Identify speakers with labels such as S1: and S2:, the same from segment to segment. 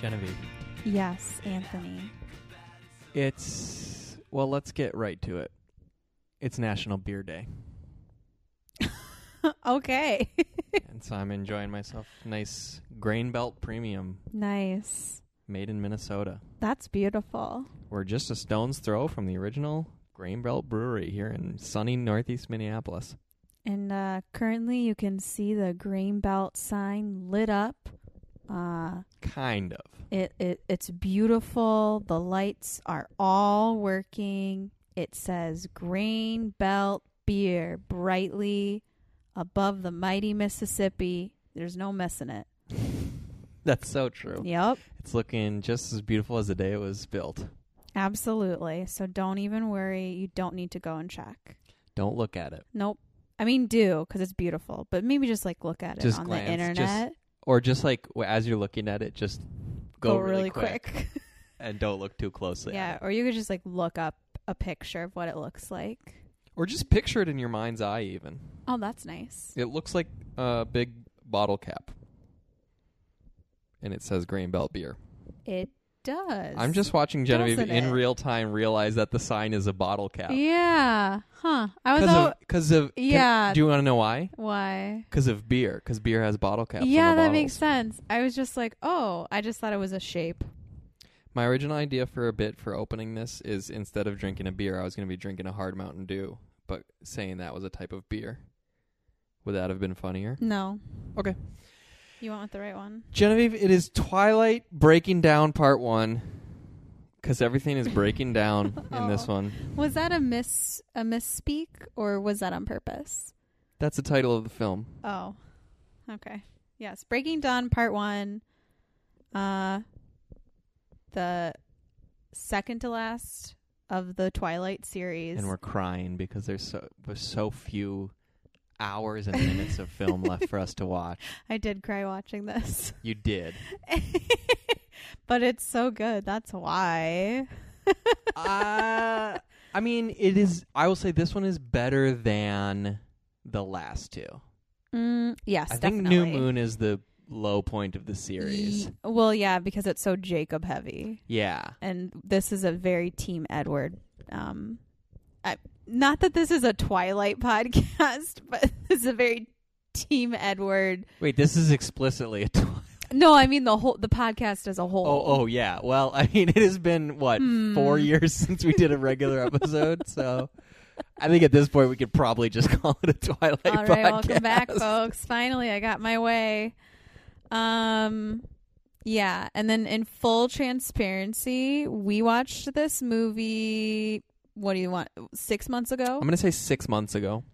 S1: Genevieve.
S2: Yes, Anthony.
S1: It's well, let's get right to it. It's National Beer Day,
S2: okay.
S1: and so I'm enjoying myself. Nice Grain Belt Premium,
S2: nice.
S1: made in Minnesota.
S2: That's beautiful.
S1: We're just a stone's throw from the original Grain Belt Brewery here in sunny Northeast Minneapolis.
S2: And uh, currently, you can see the grain belt sign lit up. Uh,
S1: Kind of.
S2: it, it it's beautiful. The lights are all working. It says grain belt beer brightly above the mighty Mississippi. There's no missing it.
S1: That's so true.
S2: Yep,
S1: It's looking just as beautiful as the day it was built.
S2: absolutely. So don't even worry. You don't need to go and check.
S1: Don't look at it.
S2: Nope. I mean, do because it's beautiful, but maybe just like look at it
S1: Just
S2: on
S1: glance,
S2: the
S1: just
S2: internet.
S1: Or just like w- as you're looking at it, just go, really, quick, and don't look too closely at
S2: yeah,
S1: it.
S2: or you could just like look up a picture of what it looks like.
S1: Or just picture it in your mind's eye, even.
S2: Oh, that's nice.
S1: It looks like a big bottle cap. And it says Grain Belt Beer.
S2: It does.
S1: I'm just watching Genevieve
S2: Doesn't
S1: in
S2: it?
S1: real time realize that the sign is a bottle cap.
S2: Yeah. Huh. I was
S1: Because
S2: out.
S1: of, 'cause of can-
S2: Yeah.
S1: do you want to know why?
S2: Why?
S1: Because of beer. Because beer has bottle caps. on
S2: Yeah,
S1: the
S2: that
S1: bottles.
S2: makes sense. I was just like, oh, I just thought it was a shape.
S1: My original idea for a bit for opening this is instead of drinking a beer, I was going to be drinking a hard Mountain Dew, but saying that was a type of beer. Would that have been funnier?
S2: No.
S1: Okay.
S2: You went with the right one.
S1: Genevieve, it is Twilight Breaking Down Part 1. Because everything is breaking down in this
S2: Oh.
S1: one.
S2: Was that a miss a misspeak or was that on purpose?
S1: That's the title of the film.
S2: Oh. Okay. Yes. Breaking Dawn part one. Uh the second to last of the Twilight series.
S1: And we're crying because there's so, there's so few hours and minutes of film left for us to watch.
S2: I did cry watching this.
S1: You did.
S2: but it's so good. That's why.
S1: uh, I mean, it is. I will say this one is better than the last two.
S2: Mm, yes,
S1: I think
S2: definitely.
S1: New Moon is the low point of the series.
S2: Ye- well, yeah, because it's so Jacob heavy,
S1: yeah.
S2: and this is a very Team Edward. Um, I, not that this is a Twilight podcast, but this is a very Team Edward.
S1: Wait, this is explicitly a. Tw-
S2: No, I mean the whole the podcast as a whole.
S1: oh, oh, yeah. Well, I mean, it has been what
S2: Hmm.
S1: four years since we did a regular episode, so I think at this point we could probably just call it a Twilight.
S2: All right,
S1: oh, podcast.
S2: welcome back, folks. Finally, I got my way. Um, yeah, and then in full transparency, we watched this movie. What do you want? Six months ago,
S1: I'm gonna say six months ago.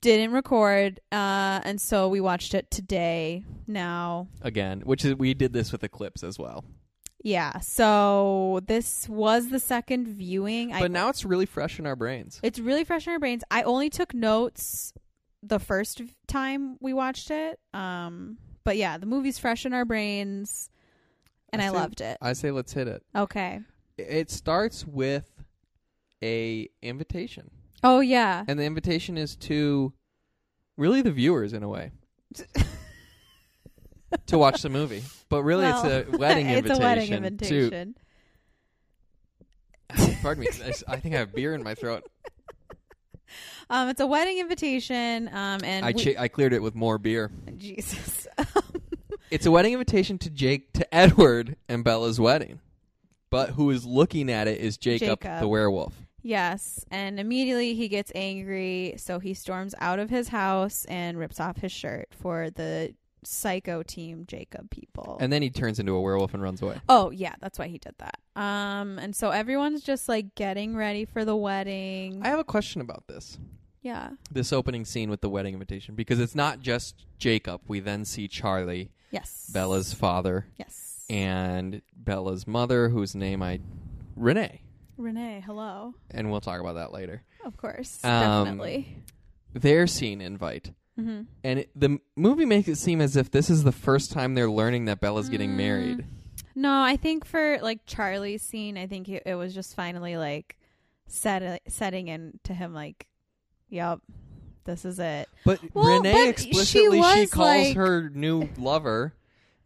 S2: didn't record, uh, and so we watched it today. Now,
S1: Again, which is we did this with Eclipse as well,
S2: yeah, so this was the second viewing.
S1: but now it's really fresh in our brains.
S2: It's really fresh in our brains. I only took notes the first v- time we watched it. Um, but yeah, the movie's fresh in our brains, and
S1: I
S2: I,
S1: see.
S2: loved it.
S1: I say let's hit it.
S2: Okay.
S1: It starts with a invitation,
S2: Oh yeah.
S1: and the invitation is to really the viewers in a way to watch the movie. But really, it's a
S2: Well,
S1: wedding
S2: it's
S1: invitation.
S2: a wedding
S1: To,
S2: invitation.
S1: pardon me, I, s- I think I have beer in my throat.
S2: Um, it's a wedding invitation. Um, and
S1: I
S2: we-
S1: cha- I cleared it with more beer.
S2: Jesus. Um,
S1: It's a wedding invitation to Jake to Edward and Bella's wedding. But who is looking at it is Jacob,
S2: Jacob.
S1: the werewolf.
S2: yes, and immediately he gets angry, so he storms out of his house and rips off his shirt for the psycho team Jacob people.
S1: And then he turns into a werewolf and runs away.
S2: Oh yeah, that's why he did that. Um, and so everyone's just like getting ready for the wedding.
S1: I have a question about this.
S2: yeah.
S1: this opening scene with the wedding invitation because it's not just Jacob. We then see Charlie,
S2: Yes.
S1: Bella's father,
S2: Yes.
S1: and Bella's mother, whose name I Renee,
S2: Renee, hello.
S1: and we'll talk about that later.
S2: Of course,
S1: Um,
S2: definitely.
S1: Their scene invite.
S2: Mm-hmm.
S1: And it, the m- movie makes it seem as if this is the first time they're learning that Bella's getting
S2: Mm.
S1: married.
S2: No, I think for like Charlie's scene, I think it, it was just finally like set, setting in to him like, "Yep, this is it."
S1: But
S2: Well,
S1: Renee
S2: but she
S1: explicitly she
S2: was
S1: calls
S2: like-
S1: her new lover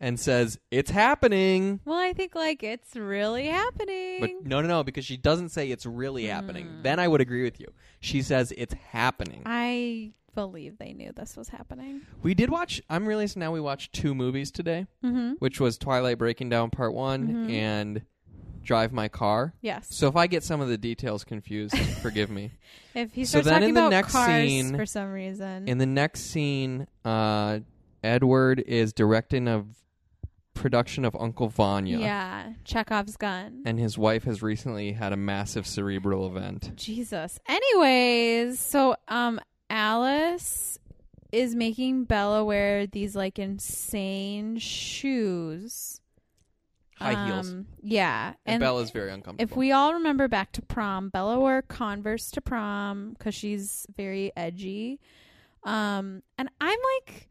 S1: and says, It's happening.
S2: Well, I think like it's really happening. Mm.
S1: But no, no, no, because she doesn't say it's really happening. Then I would agree with you. She says it's happening.
S2: I believe they knew this was happening.
S1: we did watch, I'm realizing now we watched two movies today,
S2: Mm-hmm.
S1: which was Twilight Breaking Down Part one
S2: Mhm.
S1: and Drive My Car.
S2: Yes.
S1: So if I get some of the details confused, forgive me.
S2: If he
S1: So
S2: starts
S1: then
S2: talking
S1: in the
S2: about
S1: next
S2: cars
S1: scene-
S2: for some reason,
S1: In the next scene, uh, Edward is directing a v- production of Uncle Vanya.
S2: yeah, Chekhov's gun.
S1: And his wife has recently had a massive cerebral event.
S2: Jesus. Anyways, so um Alice is making Bella wear these like insane shoes.
S1: High heels.
S2: Um, Yeah.
S1: And, Bella's very uncomfortable.
S2: if we all remember back to prom, Bella wore Converse to prom cuz she's very edgy. Um and I'm like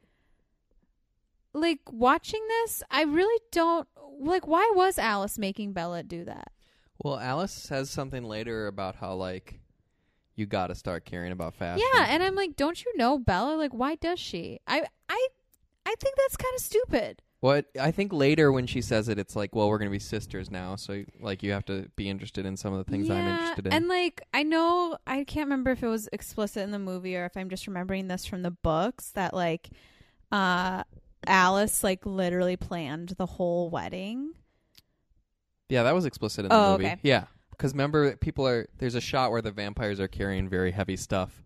S2: like watching this, I really don't like why was Alice making Bella do that?
S1: Well, Alice says something later about how like you got to start caring about fashion.
S2: Yeah, and I'm like, don't you know Bella? Like, why does she? I I I think that's kind of stupid.
S1: what I think later when she says it, it's like, well, we're gonna be sisters now, so like you have to be interested in some of the things I'm
S2: Yeah,
S1: interested in.
S2: And like, I know I can't remember if it was explicit in the movie or if I'm just remembering this from the books that like, uh, Alice like literally planned the whole wedding.
S1: yeah, that was explicit in the
S2: Oh,
S1: movie.
S2: okay.
S1: Yeah, because remember, people are there's a shot where the vampires are carrying very heavy stuff,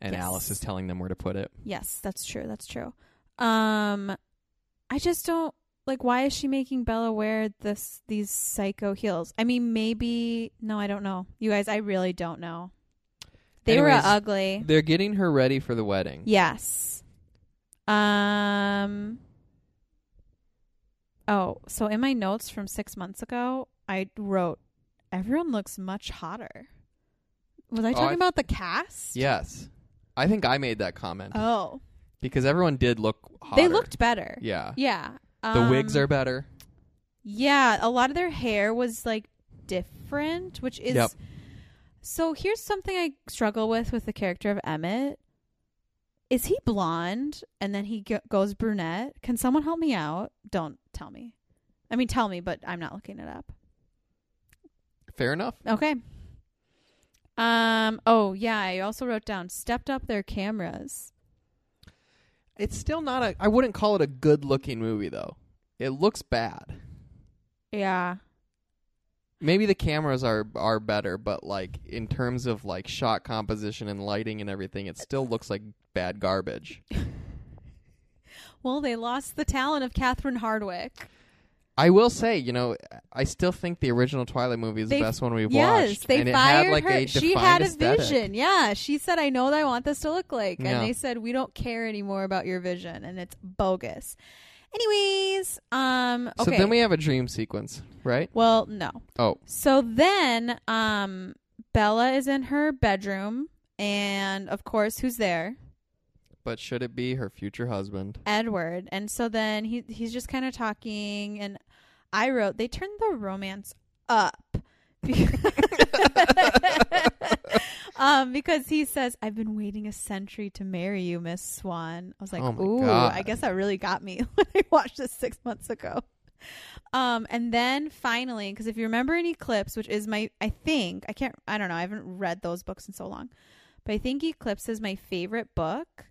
S1: and
S2: Yes.
S1: Alice is telling them where to put it.
S2: Yes, that's true. That's true. Um, I just don't like. Why is she making Bella wear this these psycho heels? I mean, maybe no, I don't know. You guys, I really don't know. They
S1: Anyways,
S2: were ugly.
S1: They're getting her ready for the wedding.
S2: Yes. Um. Oh, so in my notes from six months ago, I wrote, "Everyone looks much hotter." Was I
S1: Oh,
S2: talking
S1: I-
S2: about the cast?
S1: Yes, I think I made that comment
S2: Oh,
S1: because everyone did look. Hotter.
S2: they looked better.
S1: Yeah.
S2: Yeah.
S1: The wigs
S2: um,
S1: are better.
S2: Yeah, a lot of their hair was like different, which is
S1: Yep.
S2: So here's something I struggle with with the character of Emmett. Is he blonde and then he go- goes brunette? Can someone help me out? Don't tell me. I mean, tell me, but I'm not looking it up.
S1: Fair enough.
S2: Okay. Um. Oh yeah, I also wrote down stepped up their cameras.
S1: It's still not a. I wouldn't call it a good looking movie though. It looks bad.
S2: Yeah.
S1: Maybe the cameras are are better, but like in terms of like shot composition and lighting and everything, it still looks like bad garbage.
S2: Well, they lost the talent of Catherine Hardwick.
S1: I will say, you know, I still think the original Twilight movie is
S2: They-
S1: the best one we've
S2: yes,
S1: watched.
S2: they
S1: and it
S2: fired
S1: had like
S2: her.
S1: a
S2: she
S1: defined
S2: had a
S1: aesthetic.
S2: vision. Yeah, she said, "I know what I want this to look like,"
S1: Yeah.
S2: and they said, "We don't care anymore about your vision, and it's bogus." Anyways, um, okay.
S1: So then we have a dream sequence, right?
S2: well, no.
S1: Oh.
S2: So then, um, Bella is in her bedroom, and of course, who's there?
S1: But should it be her future husband?
S2: Edward. And so then he he's just kind of talking and I wrote they turned the romance up. Be- um, because he says, "I've been waiting a century to marry you, Miss Swan." I was like,
S1: Oh my
S2: "Ooh,
S1: God.
S2: I guess that really got me when I watched this six months ago." Um, and then finally, because if you remember in Eclipse, which is my, I think I can't, I don't know, I haven't read those books in so long, but I think Eclipse is my favorite book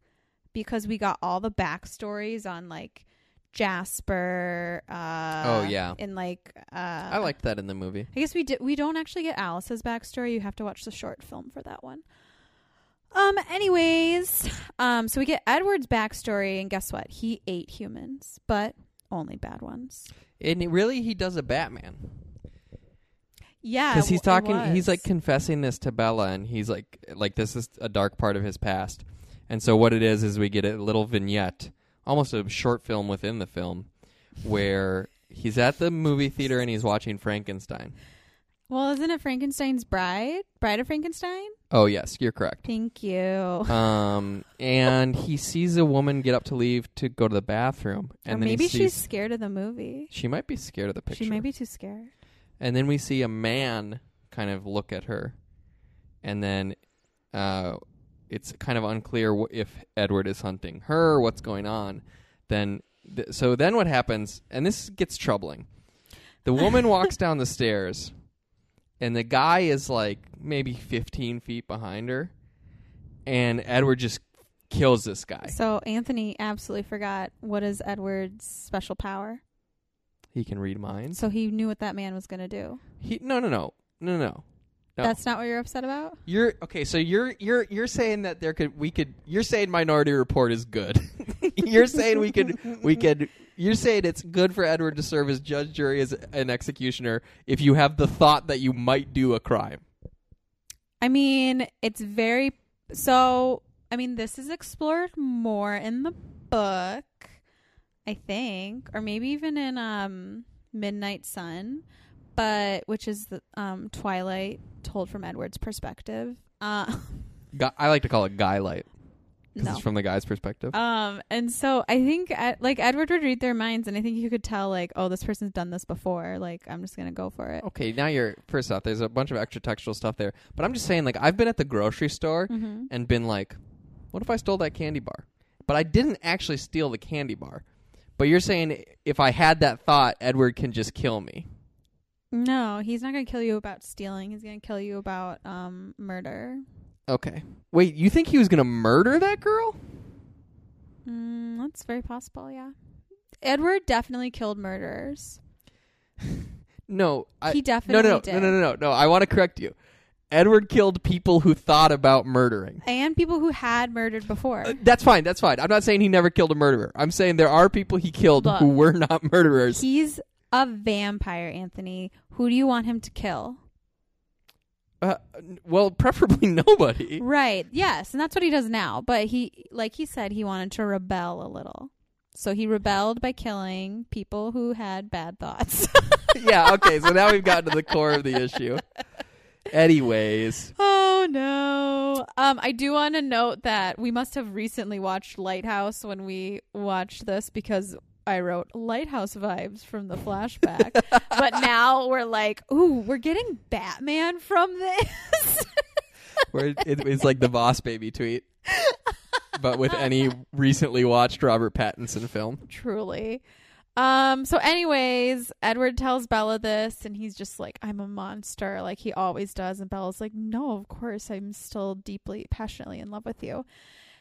S2: because we got all the backstories on like Jasper. Uh,
S1: Oh, yeah.
S2: and like uh,
S1: I liked that in the movie.
S2: I guess we did. We don't actually get Alice's backstory. You have to watch the short film for that one. Um. Anyways, um. So we get Edward's backstory, and guess what? He ate humans, but only bad ones.
S1: And it- really, he does a Batman.
S2: Yeah,
S1: because he's
S2: it w- it
S1: talking he's
S2: was.
S1: like confessing this to bella and he's like like this is a dark part of his past and so what it is is we get a little vignette almost a short film within the film where he's at the movie theater and he's watching frankenstein
S2: well, isn't it Frankenstein's Bride? Bride of Frankenstein.
S1: oh yes you're correct
S2: Thank you.
S1: um and he sees a woman get up to leave to go to the bathroom and
S2: or
S1: then
S2: maybe
S1: he
S2: she's
S1: sees
S2: scared of the movie.
S1: she might be scared of the picture
S2: She might be too scared.
S1: and then we see a man kind of look at her and then uh, it's kind of unclear wh- if edward is hunting her what's going on then Th- so then what happens, and this gets troubling. The woman walks down the stairs, and the guy is like maybe 15 feet behind her, and Edward just kills this guy.
S2: So Anthony absolutely forgot what is Edward's special power.
S1: He can read minds.
S2: So he knew what that man was going to do.
S1: He no no no no no. No.
S2: That's not what you're upset about?
S1: You're okay. So you're you're you're saying that there could we could you're saying Minority Report is good. you're saying we could we could you're saying it's good for Edward to serve as judge, jury, as an executioner if you have the thought that you might do a crime.
S2: I mean, it's very so I mean, this is explored more in the book, I think, or maybe even in um Midnight Sun, but which is the um Twilight told from Edward's perspective. Uh
S1: Gu I like to call it guy light. 'cause
S2: no.
S1: It's from the guy's perspective.
S2: Um, and so I think uh, like Edward would read their minds, and I think you could tell like, oh, this person's done this before. Like, I'm just gonna go for it.
S1: okay, now you're first off. There's a bunch of extra textual stuff there, but I'm just saying like I've been at the grocery store
S2: Mm-hmm.
S1: and been like, what if I stole that candy bar? But I didn't actually steal the candy bar. But you're saying if I had that thought, Edward can just kill me.
S2: No, he's not gonna kill you about stealing. He's gonna kill you about um murder.
S1: Okay. Wait, you think he was going to murder that girl?
S2: Mm, that's very possible. Yeah, Edward definitely killed murderers.
S1: No. I,
S2: he
S1: no,
S2: definitely
S1: no,
S2: did.
S1: no, no, no, no, no. I want to correct you. Edward killed people who thought about murdering.
S2: And people who had murdered before.
S1: Uh, that's fine. That's fine. I'm not saying he never killed a murderer. I'm saying there are people he killed
S2: Look.
S1: who were not murderers.
S2: he's a vampire, Anthony. Who do you want him to kill?
S1: uh, n- well, preferably nobody.
S2: Right. Yes, and that's what he does now. But he, like he said, he wanted to rebel a little. So he rebelled by killing people who had bad thoughts.
S1: yeah, okay. So now we've gotten to the core of the issue. Anyways,
S2: oh no. Um I do want to note that we must have recently watched Lighthouse when we watched this because I wrote Lighthouse vibes from the flashback. but now we're like, "Ooh, we're getting Batman from this."
S1: where it, it's like the Boss Baby tweet, but with any recently watched Robert Pattinson film.
S2: truly. Um, so anyways, Edward tells Bella this and he's just like, I'm a monster, like he always does, and Bella's like, No, of course, I'm still deeply, passionately in love with you.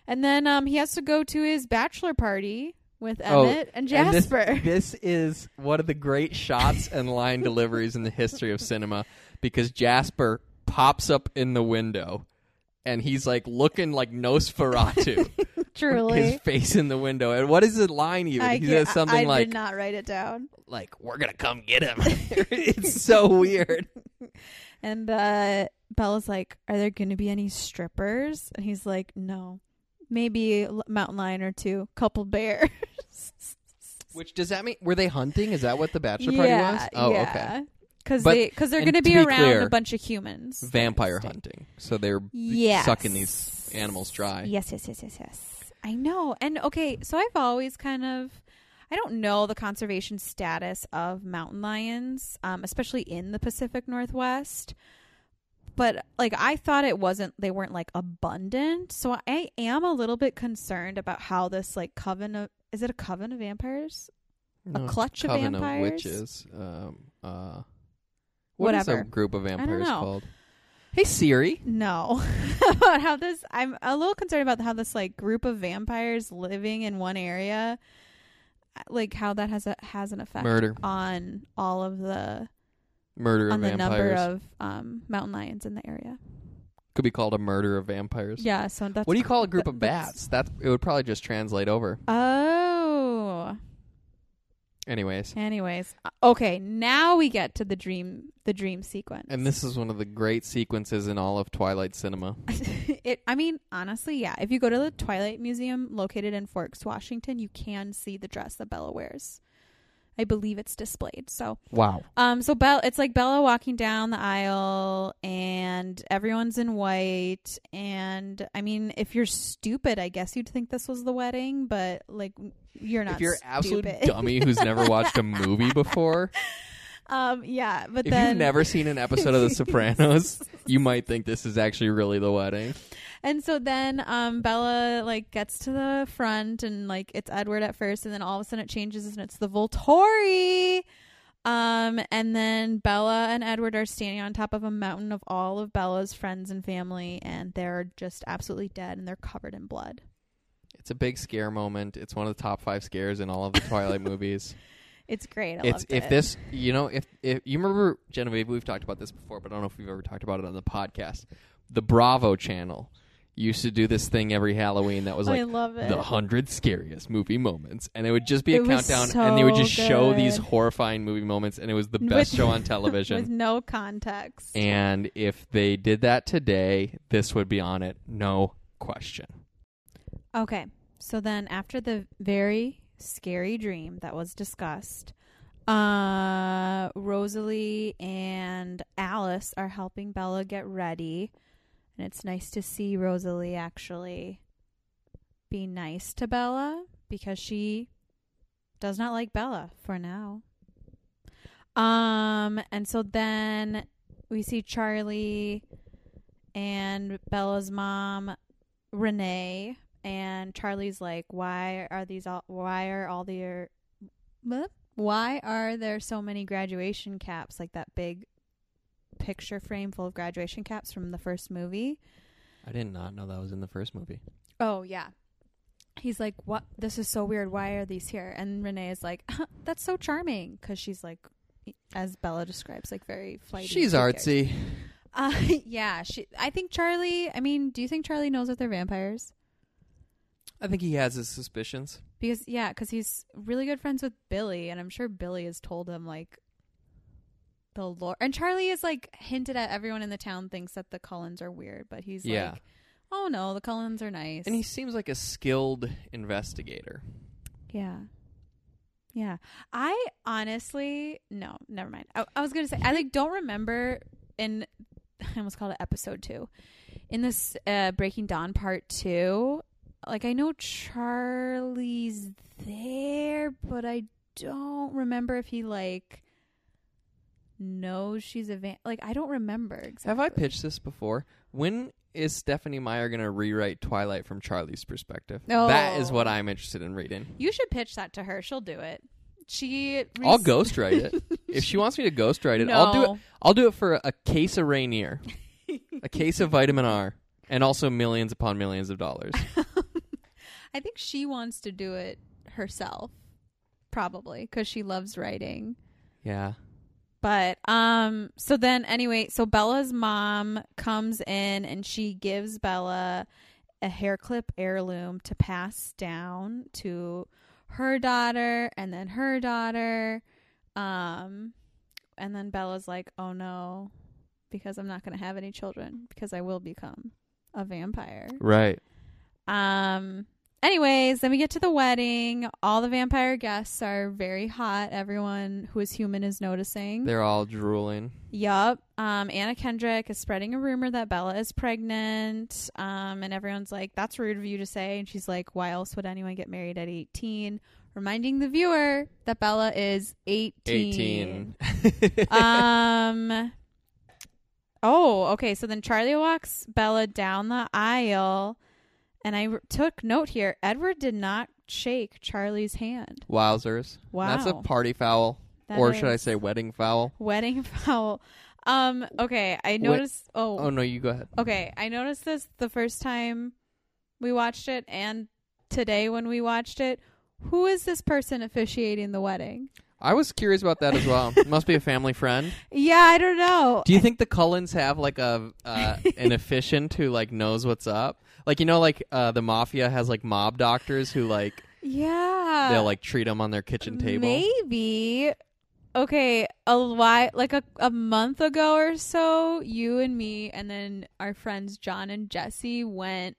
S2: And then um he has to go to his bachelor party with
S1: Oh,
S2: Emmett and
S1: And this-
S2: Jasper.
S1: this, is one of the great shots and line deliveries in the history of cinema because Jasper pops up in the window and he's like looking like Nosferatu. His
S2: truly.
S1: face in the window. And what is the line even?
S2: I
S1: he
S2: can't-
S1: says something
S2: I, I
S1: like
S2: did not write it down.
S1: like we're going to come get him. it's so weird.
S2: And uh Bella's like, Are there gonna be any strippers? And he's like, No. Maybe a l- mountain lion or two, couple bears.
S1: Which does that mean were they hunting? Is that what the bachelor
S2: yeah,
S1: party was? Oh, okay.
S2: yeah. Because
S1: But-
S2: they because they're
S1: and
S2: going to
S1: to
S2: be
S1: be
S2: around
S1: clear,
S2: a bunch of humans.
S1: Vampire
S2: hunting.
S1: hunting. So they're
S2: Yes.
S1: sucking these animals dry.
S2: Yes, yes, yes, yes, yes. I know. And okay, so I've always kind of I don't know the conservation status of mountain lions, um, especially in the Pacific Northwest. But like I thought it wasn't they weren't like abundant. So I am a little bit concerned about how this like coven of is it a coven of vampires?
S1: No, it's
S2: clutch of
S1: Oh, coven
S2: vampires?
S1: of witches. Um, uh, what is
S2: Whatever.
S1: a group of vampires
S2: know.
S1: called? Hey Siri.
S2: No. about how this I'm a little concerned about how this like group of vampires living in one area uh, like how that has a has an effect
S1: Murder.
S2: on all of the
S1: Murder
S2: on
S1: of
S2: the number
S1: vampires
S2: of um mountain lions in the area.
S1: could be called a murder of vampires.
S2: Yeah, so that's
S1: What do you call a group
S2: that-
S1: of
S2: that's-
S1: bats? That it would probably just translate over.
S2: Oh.
S1: Anyways,
S2: Anyways, uh, okay, now we get to the dream the dream sequence.
S1: and this is one of the great sequences in all of Twilight cinema.
S2: it I mean, honestly, yeah, if you go to the Twilight Museum located in Forks, Washington, you can see the dress that Bella wears. I believe it's displayed. So,
S1: Wow.
S2: Um, so Bella, it's like Bella walking down the aisle, and everyone's in white. And I mean, if you're stupid, I guess you'd think this was the wedding, but like you're not.
S1: If you're an absolute
S2: stupid.
S1: dummy who's never watched a movie before,
S2: Um, yeah, but
S1: If
S2: then
S1: you've never seen an episode of The Sopranos, you might think this is actually really the wedding.
S2: And so then um, Bella like gets to the front and like it's Edward at first and then all of a sudden it changes and it's the Volturi. Um, and then Bella and Edward are standing on top of a mountain of all of Bella's friends and family and they're just absolutely dead and they're covered in blood.
S1: It's a big scare moment. It's one of the top five scares in all of the Twilight movies.
S2: It's great. I
S1: it's
S2: loved
S1: if
S2: it.
S1: this you know if if you remember Genevieve we've talked about this before but I don't know if we've ever talked about it on the podcast the Bravo channel used to do this thing every Halloween that was
S2: I
S1: like
S2: love it.
S1: the hundred scariest movie moments and it would just be a
S2: It was
S1: countdown and they would
S2: so
S1: just show these
S2: good.
S1: horrifying movie moments and it was the best
S2: With-
S1: show on
S2: with
S1: television
S2: no context.
S1: and if they did that today this would be on it no question
S2: Okay. So then after the very scary dream that was discussed, uh Rosalie and Alice are helping Bella get ready. And it's nice to see Rosalie actually be nice to Bella because she does not like Bella for now. Um and so then we see Charlie and Bella's mom Renee and Charlie's like, "Why are these all? Why are all the? bleh? Why are there so many graduation caps? Like that big picture frame full of graduation caps from the first movie."
S1: I did not know that was in the first movie
S2: Oh yeah. He's like, "What? This is so weird. Why are these here?" And Renee is like, "That's so charming," because she's like, as Bella describes, like very flighty.
S1: she's
S2: Who cares?
S1: artsy
S2: Uh, yeah, she. I think Charlie. I mean, do you think Charlie knows that they're vampires?
S1: I think he has his suspicions
S2: Because yeah, because he's really good friends with Billy, and I'm sure Billy has told him like the lore. And Charlie is like hinted at everyone in the town thinks that the Cullens are weird, but he's
S1: yeah
S2: like, oh no, the Cullens are nice.
S1: And he seems like a skilled investigator.
S2: yeah, yeah. I honestly no, never mind. I, I was gonna say I like don't remember in I almost called it episode two in this uh, Breaking Dawn part two. Like I know Charlie's there, but I don't remember if he like knows she's a van. Like I don't remember exactly.
S1: Have I pitched this before? When is Stephanie Meyer going to rewrite Twilight from Charlie's perspective? That is
S2: Oh.
S1: what I'm interested in reading.
S2: You should pitch that to her. She'll do it. She.
S1: I'll ghostwrite it. If she wants me to ghostwrite it,
S2: no.
S1: I'll do it. I'll do it for a case of Rainier, a case of vitamin R, and also millions upon millions of dollars.
S2: I think she wants to do it herself, probably because she loves writing.
S1: Yeah.
S2: But um so then anyway, so Bella's mom comes in and she gives Bella a hair clip heirloom to pass down to her daughter and then her daughter um and then Bella's like, "Oh no, because I'm not going to have any children because I will become a vampire."
S1: Right.
S2: Um anyways, then we get to the wedding. All the vampire guests are very hot. Everyone who is human is noticing.
S1: They're all drooling.
S2: Yup. Um, Anna Kendrick is spreading a rumor that Bella is pregnant. Um, and everyone's like, that's rude of you to say. And she's like, why else would anyone get married at 18? Reminding the viewer that Bella is 18.
S1: 18.
S2: um, oh, okay. So then Charlie walks Bella down the aisle. And I r- took note here Edward did not shake Charlie's hand.
S1: Wowzers.
S2: Wow.
S1: That's a party foul.
S2: That
S1: or should I
S2: is
S1: say wedding foul?
S2: Wedding foul. Um, okay. I noticed. oh.
S1: Oh, no, you go ahead.
S2: Okay, I noticed this the first time we watched it and today when we watched it. Who is this person officiating the wedding?
S1: I was curious about that as well. Must be a family friend.
S2: Yeah, I don't know.
S1: Do you think the Cullens have like a uh, an efficient who like knows what's up? Like you know, like uh, the mafia has like mob doctors who like
S2: yeah.
S1: they'll like treat them on their kitchen table.
S2: Maybe. Okay, a while, like a, a month ago or so, you and me, and then our friends John and Jesse went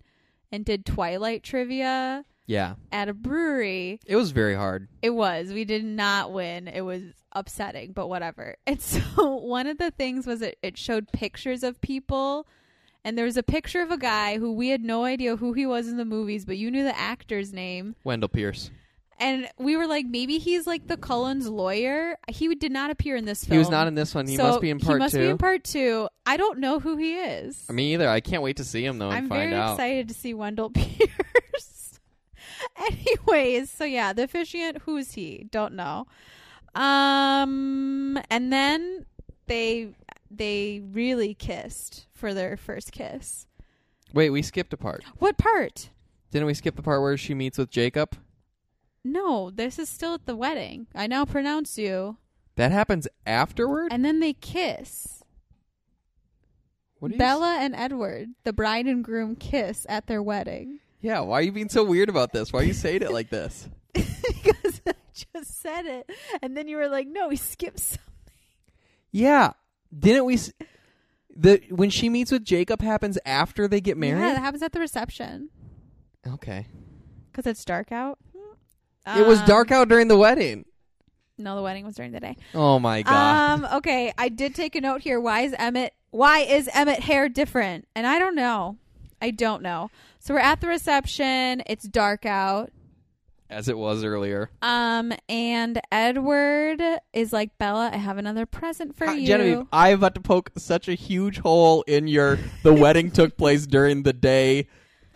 S2: and did Twilight trivia
S1: Yeah,
S2: at a brewery.
S1: it was very hard.
S2: It was. We did not win. It was upsetting, but whatever. And so one of the things was it, it showed pictures of people. And there was a picture of a guy who we had no idea who he was in the movies, but you knew the actor's name.
S1: Wendell Pierce.
S2: And we were like, maybe he's like the Cullen's lawyer. He did not appear in this film.
S1: He was not in this one. He
S2: So
S1: must be in part
S2: He must
S1: two.
S2: be in part two. I don't know who he is.
S1: Me either. I can't wait to see him though and
S2: I'm
S1: find
S2: very
S1: out.
S2: excited to see Wendell Pierce. Anyways, so yeah, the officiant, who's he? Don't know. Um and then they they really kissed for their first kiss.
S1: Wait, we skipped a part.
S2: What part?
S1: Didn't we skip the part where she meets with Jacob?
S2: No, this is still at the wedding. I now pronounce you.
S1: That happens afterward.
S2: And then they kiss.
S1: What are you
S2: Bella and Edward, the bride and groom kiss at their wedding.
S1: Yeah, why are you being so weird about this? Why are you saying it like this?
S2: because I just said it. And then you were like, no, we skipped something.
S1: Yeah, didn't we? S- the when she meets with Jacob happens after they get
S2: Yeah,
S1: married.
S2: that happens at the reception
S1: Okay,
S2: because it's dark out.
S1: it was
S2: Um,
S1: dark out during the wedding.
S2: No, the wedding was during the day.
S1: Oh my god!
S2: Um, okay, I did take a note here. Why is Emmett? Why is Emmett hair different? And I don't know. I don't know. So we're at the reception. It's dark out.
S1: As it was earlier,
S2: Um, and Edward is like Bella. I have another present for
S1: Hi,
S2: you.
S1: Genevieve, I am about to poke such a huge hole in your the wedding took place during the day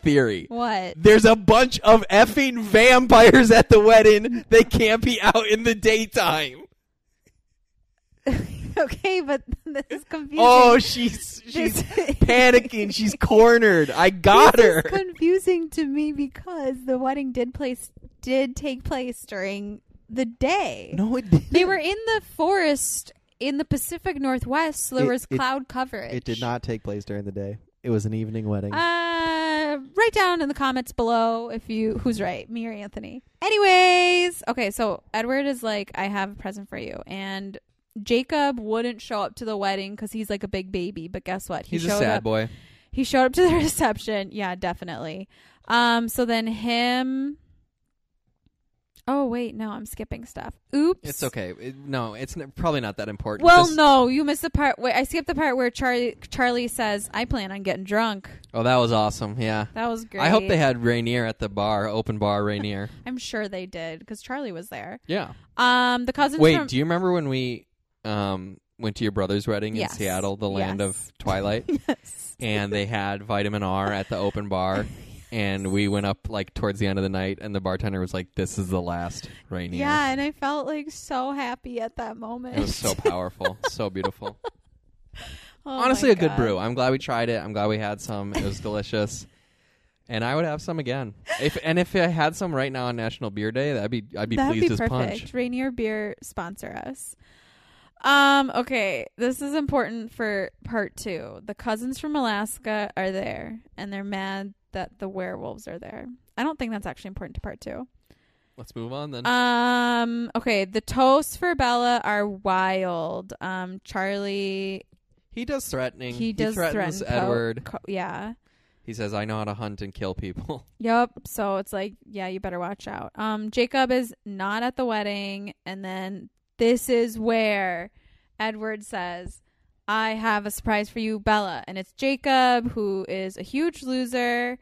S1: theory.
S2: What?
S1: There's a bunch of effing vampires at the wedding. They can't be out in the daytime.
S2: okay, but this is confusing.
S1: Oh, she's she's
S2: This-
S1: panicking. She's cornered. I got
S2: This
S1: her.
S2: is confusing to me because the wedding did place did take place during the day.
S1: No, it didn't.
S2: They were in the forest in the Pacific Northwest, so there
S3: It-
S2: was
S3: it-
S2: cloud coverage.
S3: It did not take place during the day. It was an evening wedding.
S2: Uh, write down in the comments below if you who's right, me or Anthony. Anyways, okay, so Edward is like, I have a present for you, and Jacob wouldn't show up to the wedding because he's like a big baby. But guess what? He
S1: He's a
S2: showed
S1: sad
S2: up.
S1: boy.
S2: He showed up to the reception. Yeah, definitely. Um, so then him. Oh wait, no, I'm skipping stuff. Oops.
S1: It's okay. It- no, it's n- probably not that important.
S2: Well,
S1: Just-
S2: no, you missed the part. Wait, I skipped the part where Charlie Charlie says, "I plan on getting drunk."
S1: Oh, that was awesome. Yeah.
S2: That was great.
S1: I hope they had Rainier at the bar, open bar Rainier.
S2: I'm sure they did because Charlie was there.
S1: yeah.
S2: Um, the cousins.
S1: Wait,
S2: from-
S1: do you remember when we um, went to your brother's wedding
S2: Yes.
S1: in Seattle, the land
S2: Yes.
S1: of Twilight?
S2: yes.
S1: and they had vitamin R at the open bar. And we went up like towards the end of the night, and the bartender was like, "This is the last Rainier."
S2: Yeah, and I felt like so happy at that moment.
S1: It was so powerful, so beautiful.
S2: Oh, my
S1: Honestly, a good
S2: God.
S1: brew. I'm glad we tried it. I'm glad we had some. It was delicious, and I would have some again. If and if I had some right now on National Beer Day, that'd be I'd be
S2: That'd
S1: pleased
S2: be
S1: as
S2: perfect.
S1: punch.
S2: Rainier Beer sponsor us. Um, okay, this is important for part two. The cousins from Alaska are there, and they're mad that the werewolves are there. I don't think that's actually important to part two.
S1: Let's move on then.
S2: Um, okay, the toasts for Bella are wild. Um, Charlie,
S1: he does threatening.
S2: he does
S1: threatens
S2: threaten Co-
S1: Edward.
S2: Co- yeah.
S1: he says, "I know how to hunt and kill people."
S2: Yep. So it's like, yeah, you better watch out. Um, Jacob is not at the wedding, and then this is where Edward says, "I have a surprise for you, Bella," and it's Jacob who is a huge loser.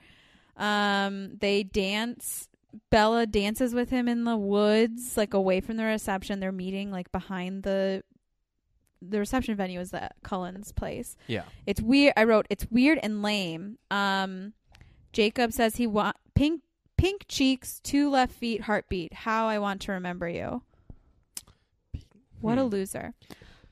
S2: Um, they dance. Bella dances with him in the woods, like away from the reception. They're meeting like behind the the reception venue is the Cullen's place.
S1: Yeah.
S2: It's weird. I wrote it's weird and lame. Um, Jacob says he want pink pink cheeks, two left feet, heartbeat. How I want to remember you. What a
S1: Hmm.
S2: loser.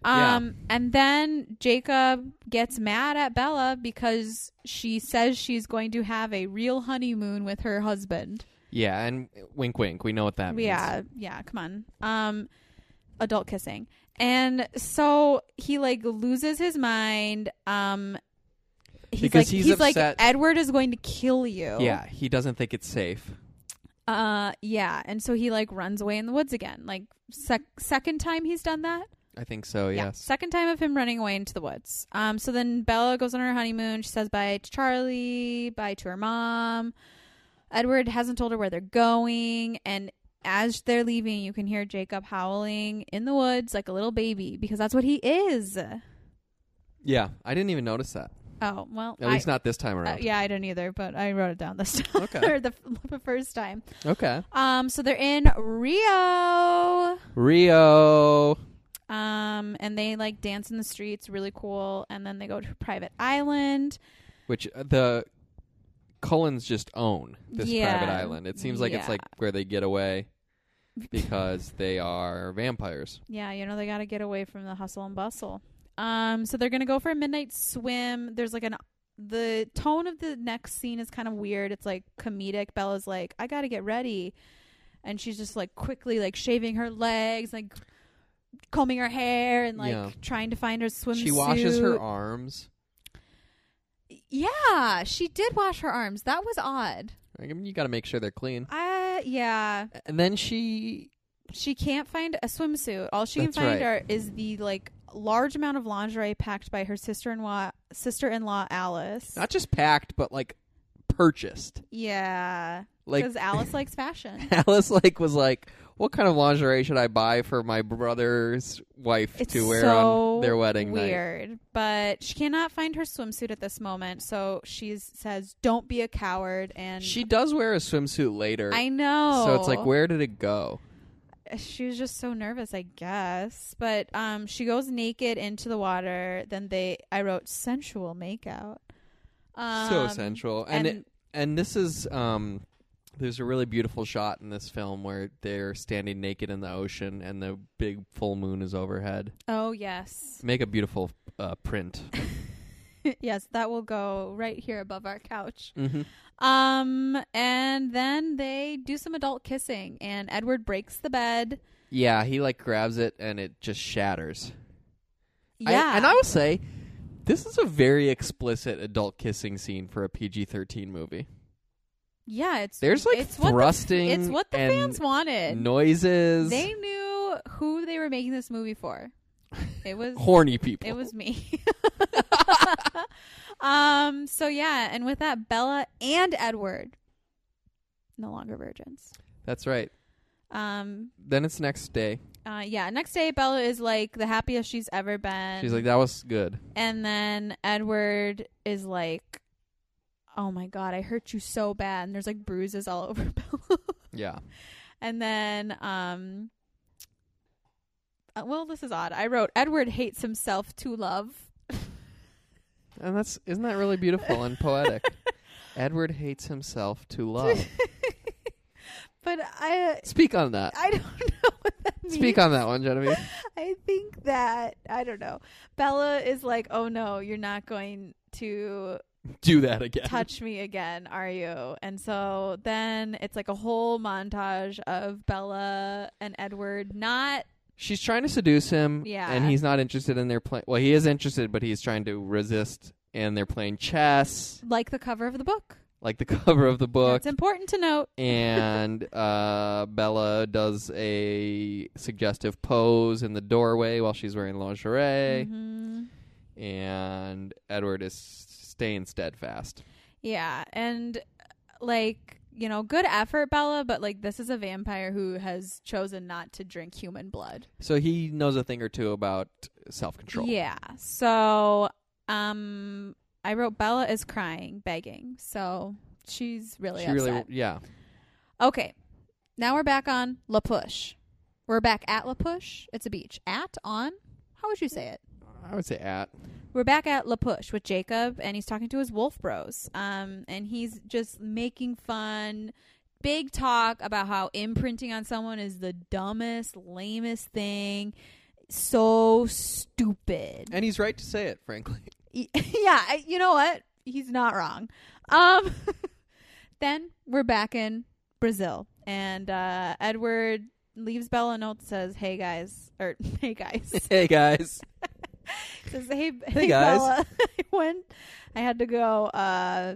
S1: Yeah.
S2: Um, and then Jacob gets mad at Bella because she says she's going to have a real honeymoon with her husband.
S1: Yeah, and wink, wink. We know what that means.
S2: Yeah, yeah, come on. Um adult kissing. And so he like loses his mind. Um he's
S1: Because
S2: like
S1: he's
S2: like
S1: upset.
S2: Edward is going to kill you.
S1: Yeah, he doesn't think it's safe.
S2: Uh yeah, and so he like runs away in the woods again. Like sec- second time he's done that?
S1: I think so. Yes.
S2: Second time of him running away into the woods. Um, so then Bella goes on her honeymoon. She says bye to Charlie, bye to her mom. Edward hasn't told her where they're going. And as they're leaving, you can hear Jacob howling in the woods like a little baby because that's what he is.
S1: Yeah, I didn't even notice that.
S2: Oh well,
S1: At
S2: I-
S1: least not this time
S2: uh,
S1: around.
S2: yeah, I don't either, but I wrote it down this time
S1: Okay.
S2: or the, the first time.
S1: Okay.
S2: Um, so they're in Rio.
S1: Rio.
S2: Um, and they like dance in the streets, really cool. And then they go to a private island.
S1: Which uh, the Cullens just own this
S2: Yeah.
S1: private island. It seems like it's
S2: Yeah.
S1: like where they get away because they are vampires.
S2: Yeah, you know they got to get away from the hustle and bustle. Um, so they're gonna go for a midnight swim. There's like an the tone of the next scene is kind of weird. It's like comedic. Bella's like, I gotta get ready, and she's just like quickly like shaving her legs, like combing her hair, and like
S1: Yeah.
S2: trying to find her swimsuit.
S1: She washes her arms.
S2: Yeah, she did wash her arms. That was odd.
S1: I mean, you got to make sure they're clean.
S2: Uh, yeah.
S1: And then she
S2: She can't find a swimsuit. All she
S1: That's
S2: can find
S1: right.
S2: are is the like large amount of lingerie packed by her sister in law sister in law Alice.
S1: not just packed, but like purchased.
S2: yeah,
S1: Like
S2: because Alice likes fashion.
S1: Alice like was like, "What kind of lingerie should I buy for my brother's wife
S2: It's
S1: to wear
S2: so
S1: on their wedding night?"
S2: Weird, but she cannot find her swimsuit at this moment. So she says, "Don't be a coward." And
S1: She does wear a swimsuit later,
S2: I know.
S1: so it's like, where did it go?
S2: she was just so nervous, I guess. But um, she goes naked into the water. Then they, I wrote sensual makeout. Um,
S1: so sensual, and
S2: and
S1: and, it, and this is um, there's a really beautiful shot in this film where they're standing naked in the ocean and the big full moon is overhead.
S2: oh yes,
S1: Make a beautiful uh, print.
S2: yes, that will go right here above our couch.
S1: mm-hmm.
S2: Um, and then they do some adult kissing, and Edward breaks the bed.
S1: Yeah, he like grabs it and it just shatters. I-
S2: Yeah,
S1: and I will say, this is a very explicit adult kissing scene for a PG 13 movie.
S2: yeah, it's
S1: There's like
S2: it's what the-
S1: thrusting.
S2: it's what the
S1: and
S2: fans wanted.
S1: Noises.
S2: They knew who they were making this movie for. It was
S1: horny people.
S2: It was me. um. So yeah, and with that, Bella and Edward, no longer virgins.
S1: That's right.
S2: Um.
S1: Then it's next day.
S2: Uh, yeah. Next day, Bella is like the happiest she's ever been.
S1: She's like, that was good.
S2: and then Edward is like, "Oh my god, I hurt you so bad," and there's like bruises all over Bella.
S1: Yeah.
S2: and then, um, uh, well, this is odd. I wrote Edward hates himself to love.
S1: And that's isn't that really beautiful and poetic? Edward hates himself to love.
S2: but I
S1: Speak on that.
S2: I don't know what that means.
S1: Speak on that one, Genevieve.
S2: I think that I don't know. Bella is like, "Oh no, you're not going to
S1: Do that again.
S2: touch me again, are you?" And so then it's like a whole montage of Bella and Edward not
S1: She's trying to seduce him,
S2: Yeah.
S1: and he's not interested in their play. Well, he is interested, but he's trying to resist. And they're playing chess,
S2: like the cover of the book.
S1: like the cover of the book.
S2: It's important to note.
S1: and uh, Bella does a suggestive pose in the doorway while she's wearing lingerie,
S2: Mhm.
S1: and Edward is staying steadfast.
S2: Yeah, and like you know, good effort, Bella, but like this is a vampire who has chosen not to drink human blood.
S1: So he knows a thing or two about self control.
S2: Yeah. So, um, I wrote Bella is crying, begging. So she's really
S1: she
S2: upset.
S1: really, yeah.
S2: okay. Now we're back on La Push. We're back at La Push. It's a beach. At on. How would you say it?
S1: I would say at
S2: We're back at La Push with Jacob, and he's talking to his wolf bros. Um, and he's just making fun. Big talk about how imprinting on someone is the dumbest, lamest thing. So stupid.
S1: and he's right to say it, frankly.
S2: Y- yeah, I- you know what? He's not wrong. Um, then we're back in Brazil, and uh, Edward leaves Bella a note that says, "Hey guys," or "Hey guys,"
S1: hey guys,
S2: says, "Hey, hey,
S1: guys."
S2: Bella, I went. I had to go uh,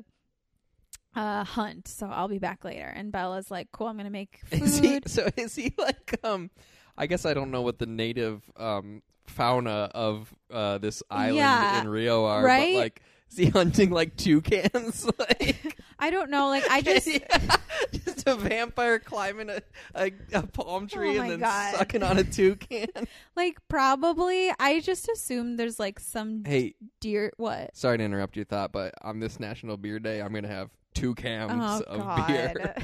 S2: uh, hunt, so I'll be back later." And Bella's like, "Cool, I'm gonna make
S1: is he,
S2: food."
S1: so is he like um? I guess I don't know what the native um fauna of uh this island
S2: Yeah,
S1: in Rio are,
S2: right?
S1: but like. Is he hunting like toucans? like
S2: I don't know. Like I just
S1: Yeah. just a vampire climbing a, a, a palm tree
S2: Oh my
S1: and then
S2: God.
S1: sucking on a toucan.
S2: like probably I just assume there's like some
S1: hey,
S2: deer what
S1: sorry to interrupt your thought, but on this National Beer Day, I'm gonna have two
S2: Oh,
S1: cans of beer.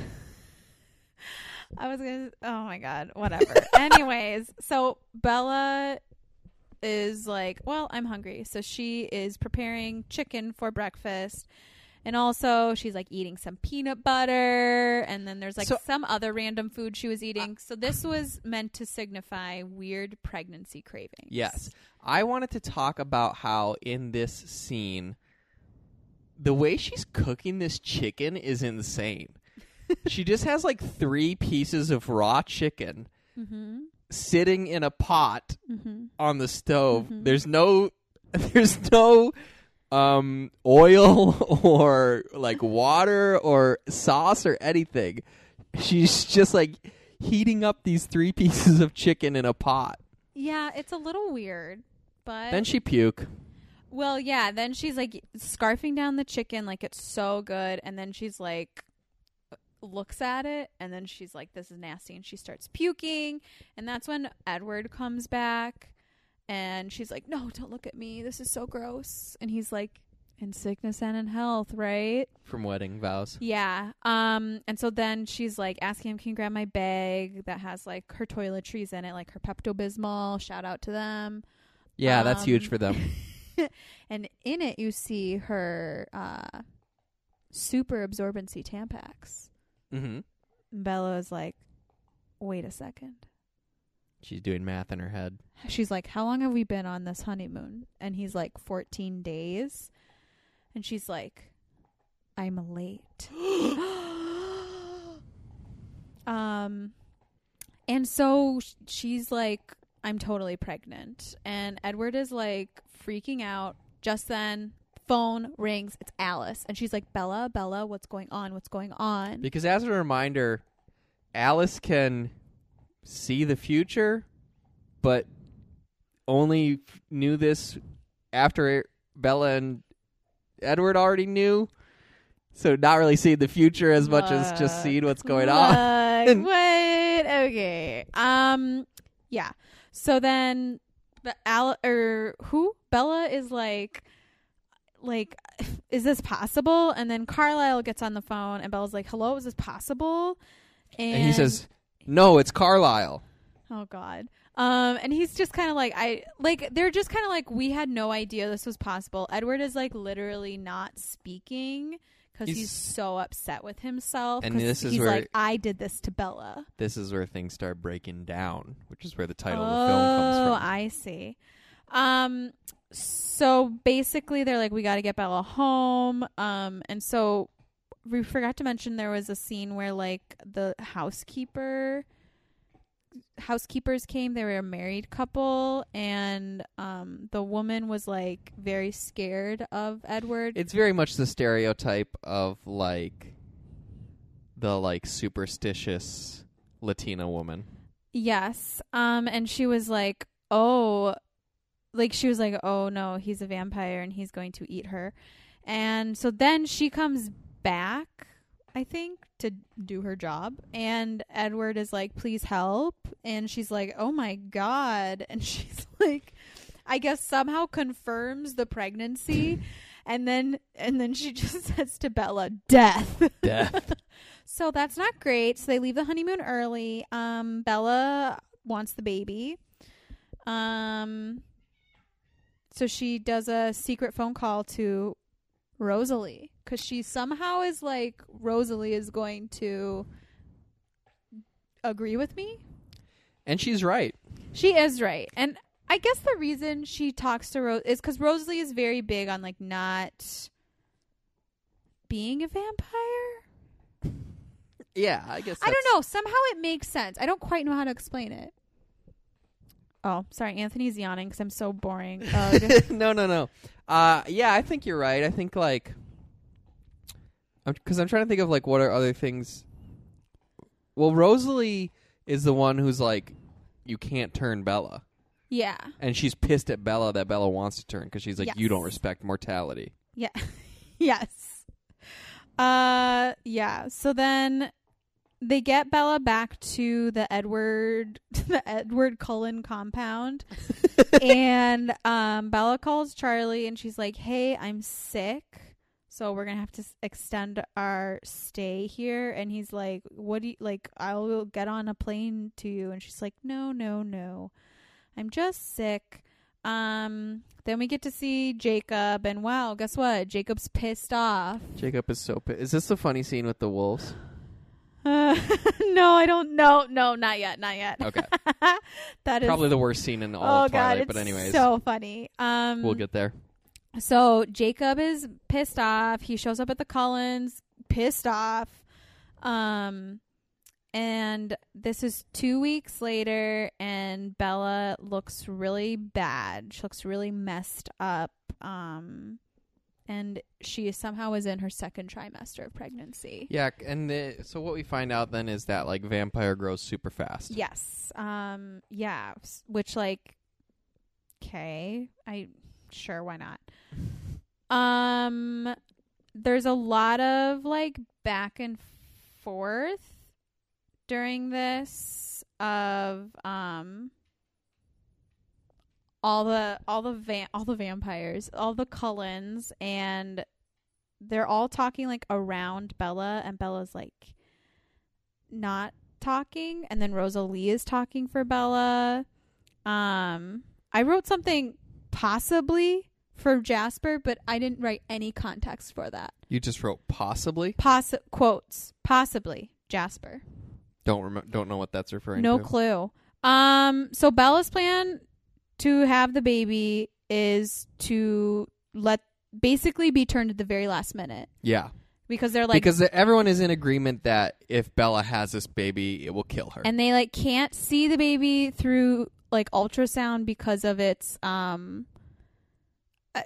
S2: I was gonna. Oh my god. Whatever. Anyways, so Bella is like, well, I'm hungry, so she is preparing chicken for breakfast, and also she's like eating some peanut butter, and then there's like
S1: So- Uh,
S2: some other random food she was eating. so this was meant to signify weird pregnancy cravings.
S1: Yes, I wanted to talk about how in this scene, the way she's cooking this chicken is insane. she just has like three pieces of raw chicken
S2: Mm-hmm.
S1: sitting in a pot
S2: Mm-hmm.
S1: on the stove.
S2: Mhm.
S1: There's no there's no um oil or like water or sauce or anything. She's just like heating up these three pieces of chicken in a pot.
S2: Yeah, it's a little weird, but
S1: Then she puke.
S2: Well, yeah. Then she's like scarfing down the chicken, like it's so good. And then she's like, looks at it, and then she's like, this is nasty. And she starts puking. And that's when Edward comes back and she's like, no, don't look at me. This is so gross. And he's like, in sickness and in health, right?
S1: From wedding vows.
S2: Yeah. Um. And so then she's like asking him, "Can you grab my bag that has like her toiletries in it, like her Pepto Bismol? Shout out to them."
S1: Yeah, that's huge
S2: Um,
S1: for them.
S2: and in it you see her uh, super absorbency Tampax.
S1: hmm
S2: And Bella is like, wait a second.
S1: She's doing math in her head.
S2: She's like, how long have we been on this honeymoon? And he's like, 14 days. And she's like, I'm late. um, and so sh- she's like, I'm totally pregnant. And Edward is like freaking out. Just then, phone rings. It's Alice. And she's like, Bella, Bella, what's going on? What's going on?
S1: Because as a reminder, Alice can see the future, but only f- knew this after Bella and Edward already knew. So not really seeing the future as much as just
S2: Look,
S1: seeing what's going on.
S2: Look, what? Okay. Um. Yeah. So then, the Al or who Bella is like, like, is this possible? And then Carlisle gets on the phone, and Bella's like, "Hello, is this possible?" And,
S1: And he says, "No, it's Carlisle."
S2: "Oh God." Um, and he's just kind of like I like they're just kind of like we had no idea this was possible. Edward is like literally not speaking because he's,
S1: He's-
S2: so upset with himself.
S1: And
S2: 'cause
S1: this is
S2: he's
S1: where-
S2: like I did this to Bella.
S1: This is where things start breaking down, which is where the title
S2: oh,
S1: of the film comes from.
S2: I see. Um so basically they're like we got to get Bella home. Um and so we forgot to mention there was a scene where like the housekeeper housekeepers came they were a married couple and um the woman was like very scared of edward
S1: It's very much the stereotype of like the like superstitious Latina woman.
S2: Yes. Um and she was like, "Oh, like she was like, "Oh no, he's a vampire and he's going to eat her." And so then she comes back, I think, to do her job, and Edward is like, "Please help." And she's like, "Oh my god." And she's like I guess somehow confirms the pregnancy and then and then she just says to Bella, "Death."
S1: Death.
S2: So that's not great. So they leave the honeymoon early. Um, Bella wants the baby. Um, so she does a secret phone call to Rosalie because she somehow is like Rosalie is going to agree with me.
S1: and she's right.
S2: She is right, and I guess the reason she talks to Rose is because Rosalie is very big on like not being a vampire.
S1: Yeah, I guess
S2: I don't know. Somehow it makes sense. I don't quite know how to explain it. Oh, sorry. Anthony's yawning because I'm so boring. Ugh.
S1: no, no, no. Uh, yeah, I think you're right. I think like, because I'm, trying to think of like what are other things. Well, Rosalie is the one who's like, you can't turn Bella,
S2: yeah.
S1: and she's pissed at Bella that Bella wants to turn because she's like, you don't
S2: Yes.
S1: respect mortality.
S2: Yes. Uh, yeah. So then they get Bella back to the Edward, the Edward Cullen compound, and um, Bella calls Charlie, and she's like, "Hey, I'm sick." So we're gonna have to s- extend our stay here, and he's like, "What do you like? I'll get on a plane to you." And she's like, "No, no, no, I'm just sick." Um, then we get to see Jacob, and wow, guess what? Jacob's pissed off.
S1: Jacob is so. Pi- is this the funny scene with the wolves?
S2: Uh, no, I don't. No, no, not yet, not yet.
S1: Okay.
S2: that is
S1: Probably the worst scene in all
S2: oh
S1: of
S2: god,
S1: Twilight.
S2: it's
S1: but anyways,
S2: so funny. Um,
S1: we'll get there.
S2: so Jacob is pissed off. He shows up at the Collins, pissed off. Um, and this is two weeks later, and Bella looks really bad. She looks really messed up. Um, and she somehow is in her second trimester of pregnancy.
S1: Yeah, and the, so what we find out then is that like vampire grows super fast.
S2: Yes. Um yeah, s- which like okay, I sure why not. Um there's a lot of like back and forth during this of um all the all the va- all the vampires, all the Cullens and they're all talking like around Bella and Bella's like not talking and then Rosalie is talking for Bella. Um I wrote something possibly for Jasper, but I didn't write any context for that.
S1: You just wrote possibly.
S2: Poss quotes possibly Jasper.
S1: Don't remember. Don't know what that's referring
S2: No
S1: to.
S2: clue. Um so Bella's plan to have the baby is to let basically be turned at the very last minute
S1: yeah,
S2: because they're like
S1: because everyone is in agreement that if Bella has this baby, it will kill her.
S2: and they like can't see the baby through like ultrasound because of its um uh,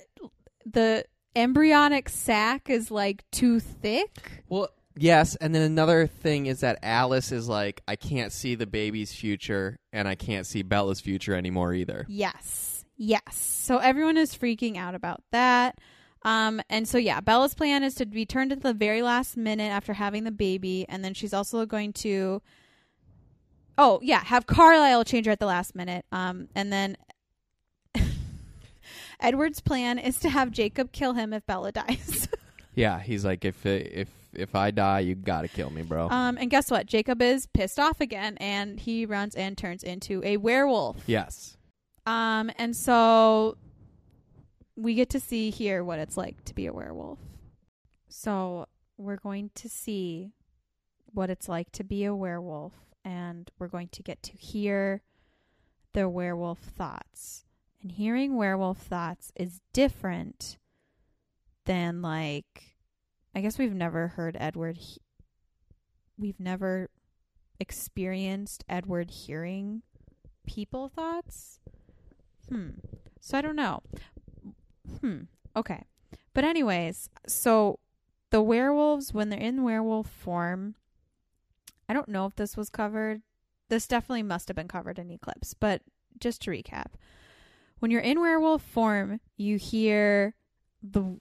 S2: the embryonic sac is like too thick
S1: well, yes, and then another thing is that Alice is like, I can't see the baby's future, and I can't see Bella's future anymore either.
S2: yes yes so everyone is freaking out about that um and so yeah bella's plan is to be turned at the very last minute after having the baby and then she's also going to oh yeah have carlisle change her at the last minute um and then edward's plan is to have jacob kill him if bella dies
S1: Yeah, he's like, if if if I die, you gotta kill me, bro.
S2: um and guess what jacob is pissed off again and he runs and turns into a werewolf
S1: yes.
S2: Um, and so we get to see here what it's like to be a werewolf. So we're going to see what it's like to be a werewolf, and we're going to get to hear the werewolf thoughts. And hearing werewolf thoughts is different than like I guess we've never heard Edward he- we've never experienced Edward hearing people thoughts. Hmm. So I don't know. Hmm. Okay. But anyways, so the werewolves when they're in werewolf form, I don't know if this was covered. This definitely must have been covered in Eclipse, but just to recap. When you're in werewolf form, you hear the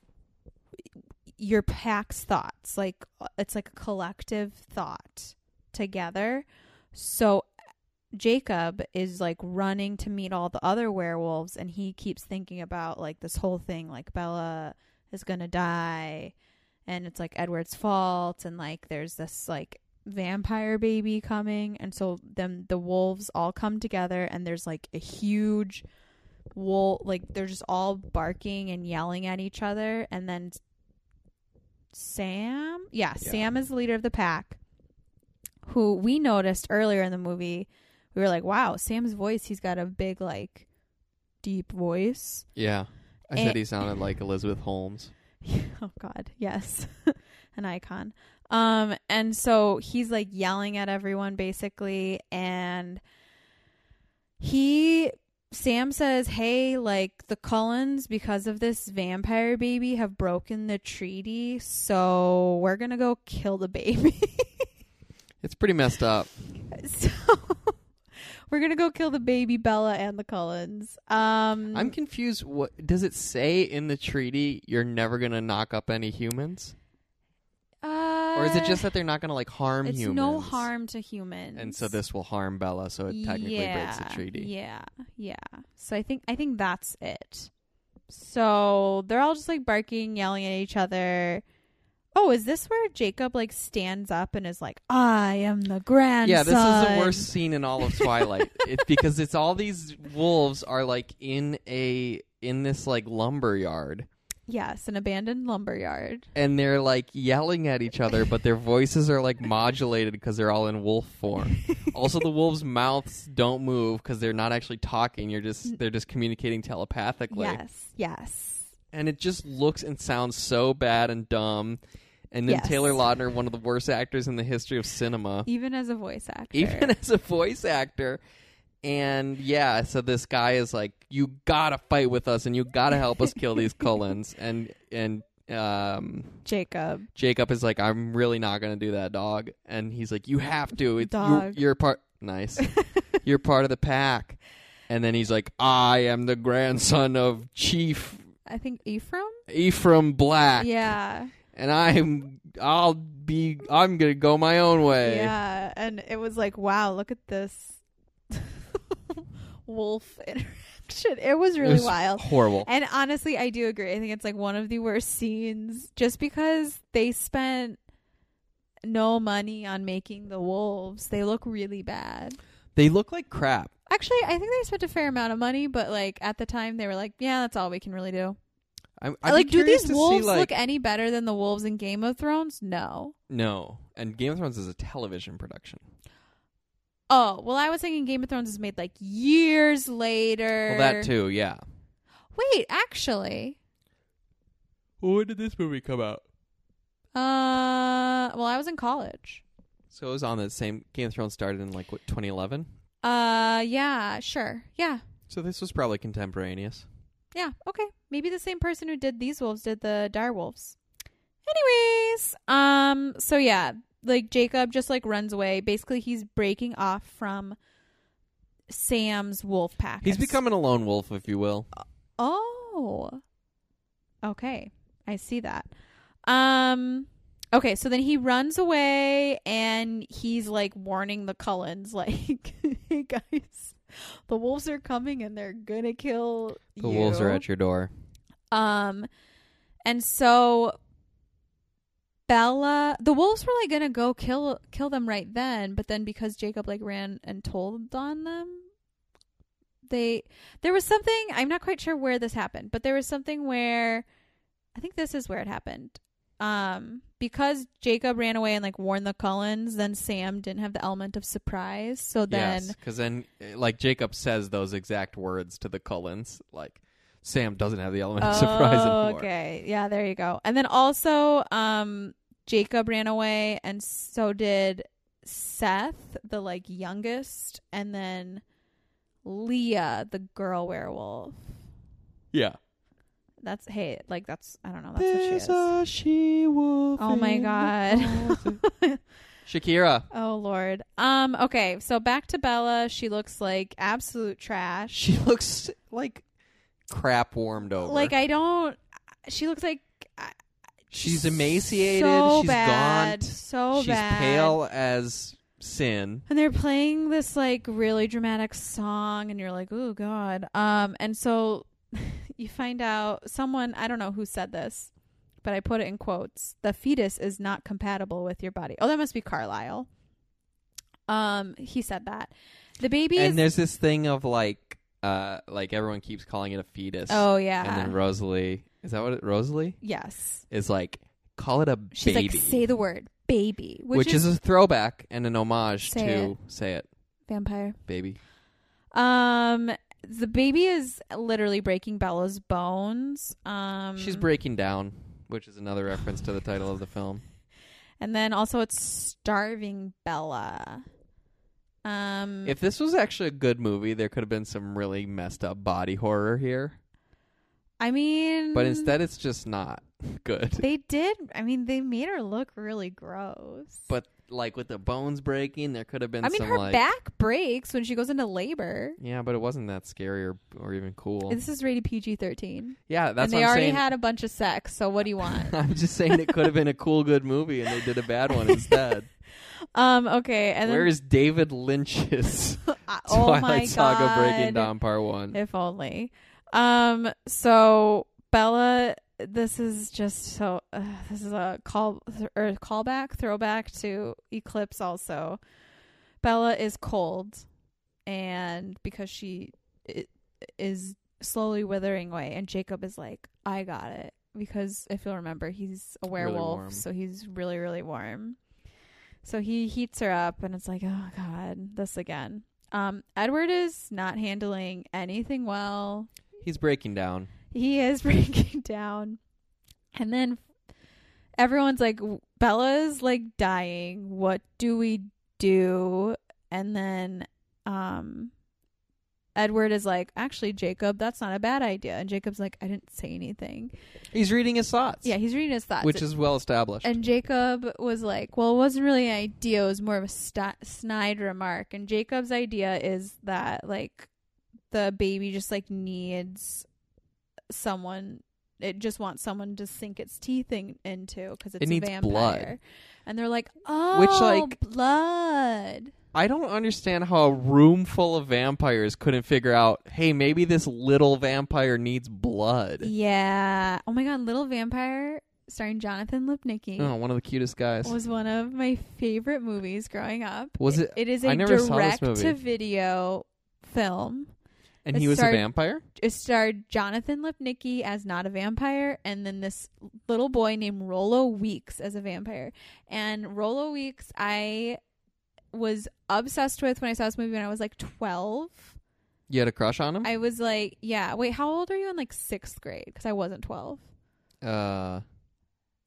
S2: your pack's thoughts, like uh, it's like a collective thought together. So Jacob is like running to meet all the other werewolves and he keeps thinking about like this whole thing like Bella is going to die and it's like Edward's fault and like there's this like vampire baby coming and so then the wolves all come together and there's like a huge wolf like they're just all barking and yelling at each other and then Sam yeah.
S1: Yeah.
S2: Sam is the leader of the pack who we noticed earlier in the movie we were like, wow, Sam's voice, he's got a big, like, deep voice.
S1: Yeah. I
S2: And-
S1: said he sounded like Elizabeth Holmes.
S2: oh, God. Yes. An icon. Um, and so he's like yelling at everyone basically. And he, Sam says, hey, like, the Cullens, because of this vampire baby, have broken the treaty. So we're going to go kill the baby.
S1: It's pretty messed up.
S2: so. We're gonna go kill the baby Bella and the Cullens. Um,
S1: I'm confused. What does it say in the treaty? You're never gonna knock up any humans.
S2: Uh,
S1: or is it just that they're not going to like harm
S2: it's
S1: humans?
S2: no harm to humans?
S1: And so this will harm Bella, so it technically breaks the treaty.
S2: Yeah, yeah. So I think I think that's it. So they're all just like barking, yelling at each other. Oh, is this where Jacob like stands up and is like, "I am the grandson."
S1: Yeah, this is the worst scene in all of Twilight. it's because it's all these wolves are like in a in this like lumber yard
S2: Yes, an abandoned lumberyard.
S1: and they're like yelling at each other, but their voices are like modulated because they're all in wolf form. also, the wolves' mouths don't move because they're not actually talking. You're just they're just communicating telepathically,
S2: Yes, yes.
S1: and it just looks and sounds so bad and dumb. And then
S2: Yes.
S1: Taylor Lautner, one of the worst actors in the history of cinema,
S2: Even as a voice actor.
S1: even as a voice actor. And yeah, so this guy is like, "You gotta fight with us, and you gotta help us kill these Cullens." And and um,
S2: Jacob.
S1: Jacob is like, "I'm really not gonna do that, dog." And he's like, "You have to. It's,
S2: Dog.
S1: You, you're part. Nice. you're part of the pack." And then he's like, "I am the grandson of Chief
S2: I think Ephraim?
S1: Ephraim Black,
S2: Yeah.
S1: and I'm I'll be I'm gonna go my own way."
S2: Yeah. And it was like, wow, look at this wolf interaction. It was really
S1: It was
S2: wild.
S1: horrible.
S2: And honestly, I do agree. I think it's like one of the worst scenes just because they spent no money on making the wolves. They look really bad.
S1: They look like crap.
S2: Actually, I think they spent a fair amount of money, but like at the time they were like, yeah, that's all we can really do.
S1: I'm, I'd be
S2: like, do
S1: curious
S2: these
S1: to see,
S2: wolves
S1: like,
S2: look any better than the wolves in Game of Thrones? No.
S1: No, and Game of Thrones is a television production.
S2: Oh, well, I was thinking Game of Thrones is made like years later.
S1: Well, that too, yeah.
S2: Wait, actually.
S1: Well, when did this movie come out?
S2: Uh, well, I was in college.
S1: So it was on the same. Game of Thrones started in like what 2011.
S2: Uh, yeah, sure. Yeah.
S1: So this was probably contemporaneous.
S2: Yeah. Okay. Maybe the same person who did these wolves did the dire wolves. Anyways, um so yeah, like Jacob just like runs away. Basically, he's breaking off from Sam's wolf pack.
S1: He's becoming a lone wolf, if you will.
S2: Oh. Okay. I see that. Um okay, so then he runs away and he's like warning the Cullens like, "Hey guys, the wolves are coming and they're going to kill
S1: The wolves are
S2: you."
S1: at your door.
S2: Um, and so Bella, the wolves were like gonna go kill kill them right then, but then because Jacob like ran and told on them, they there was something I'm not quite sure where this happened, but there was something where I think this is where it happened. Um, because Jacob ran away and like warned the Cullens, then Sam didn't have the element of surprise, so then
S1: yes, because then, eh, like Jacob says those exact words to the Cullens, like Sam doesn't have the element of surprise
S2: Oh,
S1: anymore.
S2: Okay. Yeah, there you go. And then also, um, Jacob ran away, and so did Seth, the like youngest, and then Leah, the girl werewolf.
S1: Yeah.
S2: That's hey, like that's I don't know. That's what she is.
S1: a she wolf.
S2: Oh my
S1: in the closet.
S2: god.
S1: Shakira.
S2: oh lord. Um. Okay. So back to Bella. She looks like absolute trash.
S1: She looks like crap warmed over.
S2: like I don't. She looks like
S1: She's emaciated.
S2: So
S1: she's
S2: bad,
S1: gaunt.
S2: So
S1: she's
S2: bad.
S1: pale as sin.
S2: and they're playing this like really dramatic song and you're like oh god um and so you find out someone i don't know who said this but i put it in quotes the fetus is not compatible with your body oh that must be carlisle um he said that the baby
S1: And
S2: is
S1: there's this thing of like, uh, like everyone keeps calling it a fetus.
S2: oh yeah
S1: And then Rosalie, is that what it, Rosalie
S2: yes
S1: is like? Call it a
S2: she's
S1: baby,
S2: like say the word baby which,
S1: which, is, a throwback and an homage
S2: Say
S1: to say it,
S2: vampire
S1: baby.
S2: um the baby is literally breaking bella's bones um
S1: she's breaking down, which is another reference to the title of the film.
S2: Mm-hmm. And then also it's starving Bella. Um
S1: If this was actually a good movie, there could have been some really messed up body horror here,
S2: I mean
S1: but instead, it's just not good.
S2: they did I mean they made her look really gross.
S1: But like with the bones breaking, there could have been.
S2: I mean,
S1: some,
S2: her
S1: like,
S2: back breaks when she goes into labor.
S1: Yeah, but it wasn't that scary or, or even cool.
S2: This is rated PG thirteen,
S1: yeah, that's
S2: and they
S1: what I'm
S2: already
S1: saying.
S2: had a bunch of sex. So what do you want?
S1: I'm just saying it could have been a cool, good movie, and they did a bad one instead.
S2: um. Okay. And
S1: Where is David Lynch's
S2: then I- oh my
S1: Twilight Saga
S2: god,
S1: Breaking Down Part One?
S2: if only. Um. So Bella, this is just so. Uh, this is a call or callback, throwback to Eclipse. Also, Bella is cold, and because she i- is slowly withering away, and Jacob is like, "I got it." Because if you'll remember, he's a werewolf,
S1: warm.
S2: so he's really, really warm. So he heats her up, and it's like, "Oh God, this again." Um, Edward is not handling anything well.
S1: He's breaking down.
S2: He is breaking down. And then everyone's like, Bella's like dying. What do we do? And then um, Edward is like, actually, Jacob, that's not a bad idea. And Jacob's like, I didn't say anything.
S1: He's reading his thoughts.
S2: Yeah, he's reading his thoughts.
S1: which is well established.
S2: And Jacob was like, well, it wasn't really an idea. It was more of a sti snide remark. And Jacob's idea is that, like, the baby just, like, needs someone. It just wants someone to sink its teeth in, into because it's
S1: needs
S2: a vampire.
S1: blood.
S2: And they're like, oh,
S1: like-
S2: blood.
S1: I don't understand how a room full of vampires couldn't figure out, hey, maybe this little vampire needs blood.
S2: Yeah. Oh, my God. Little Vampire, starring Jonathan Lipnicki,
S1: Oh, one of the cutest guys.
S2: was one of my favorite movies growing up.
S1: Was it?
S2: It is
S1: I
S2: a
S1: never saw this
S2: direct to video film.
S1: And
S2: it
S1: he was
S2: starred-
S1: a vampire?
S2: It starred Jonathan Lipnicki as not a vampire, and then this little boy named Rolo Weeks as a vampire. And Rolo Weeks, I was obsessed with when I saw this movie when I was like 12.
S1: You had a crush on him?
S2: I was like, yeah, wait, how old are you in like sixth grade? Because I wasn't 12.
S1: uh,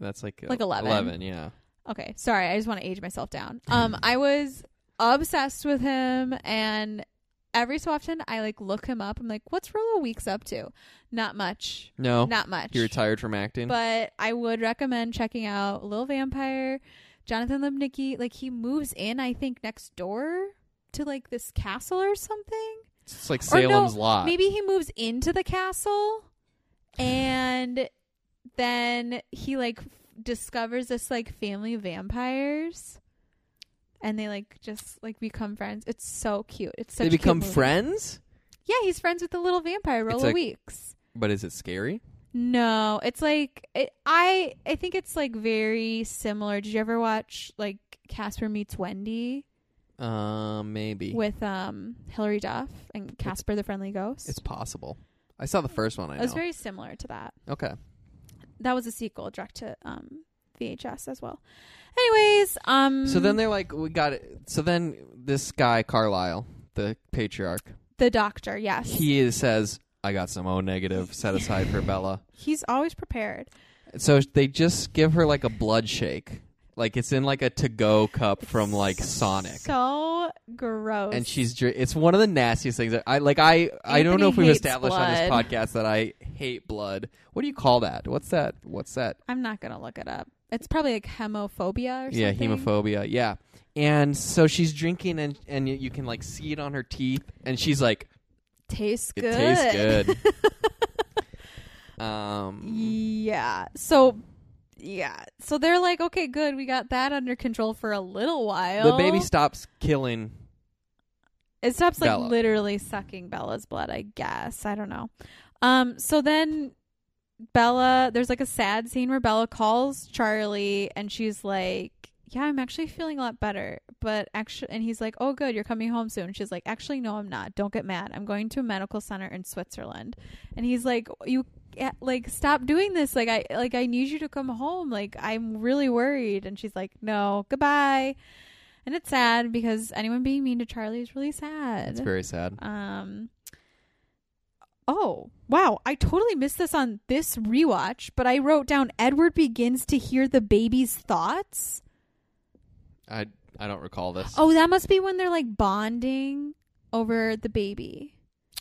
S1: that's like, uh,
S2: Like 11.
S1: 11, yeah.
S2: Okay, sorry. I just want to age myself down. Um, I was obsessed with him, and every so often I like look him up. I'm like, what's Rolo Weeks up to? Not much.
S1: No.
S2: Not much.
S1: He retired from acting.
S2: but I would recommend checking out Little Vampire, Jonathan Lipnicki. Like he moves in, I think, next door to like this castle or something.
S1: it's like
S2: or no,
S1: Salem's Lot.
S2: Maybe he moves into the castle and then he like f- discovers this like family of vampires and they like just like become friends. It's so cute. It's such
S1: they
S2: a cute
S1: become
S2: movie.
S1: friends?
S2: Yeah, he's friends with the little vampire
S1: It's
S2: Rolo
S1: a-
S2: Weeks.
S1: But is it scary?
S2: No, it's like it, I I think it's like very similar. Did you ever watch like Casper meets Wendy
S1: Uh, maybe.
S2: with um Hilary Duff and Casper the Friendly Ghost?
S1: It's possible. I saw the first one, I
S2: it
S1: know.
S2: was very similar to that.
S1: okay.
S2: that was a sequel direct to um VHS as well. Anyways, um
S1: So then they're like, we got it. So then this guy, Carlisle, the patriarch,
S2: the doctor, yes.
S1: he is, says, I got some O negative set aside for Bella.
S2: he's always prepared.
S1: So they just give her like a blood shake. Like it's in like a to go cup from like
S2: It's
S1: Sonic.
S2: So gross.
S1: and she's dr- it's one of the nastiest things that I like I I don't
S2: Anthony
S1: know if we've
S2: hates
S1: established on
S2: blood.
S1: this podcast that I hate blood. What do you call that? What's that? What's that?
S2: I'm not gonna look it up. It's probably like hemophobia or something.
S1: Yeah, hemophobia. Yeah. And so she's drinking and and you can like see it on her teeth and she's like
S2: Tastes
S1: It
S2: good.
S1: tastes um
S2: yeah. So yeah. So they're like, okay, good, we got that under control for a little while.
S1: the baby stops killing.
S2: It stops like
S1: Bella.
S2: literally sucking Bella's blood, I guess. I don't know. Um so then Bella there's like a sad scene where Bella calls Charlie and she's like, "Yeah, I'm actually feeling a lot better." But actually and he's like, "Oh good, you're coming home soon." She's like, "Actually no, I'm not. Don't get mad. I'm going to a medical center in Switzerland." And he's like, "You yeah, like stop doing this. Like I like I need you to come home. Like I'm really worried." And she's like, "No, goodbye." And it's sad because anyone being mean to Charlie is really sad.
S1: It's very sad.
S2: Um. Oh wow! I totally missed this on this rewatch, but I wrote down Edward begins to hear the baby's thoughts.
S1: I I don't recall this.
S2: Oh, that must be when they're like bonding over the baby,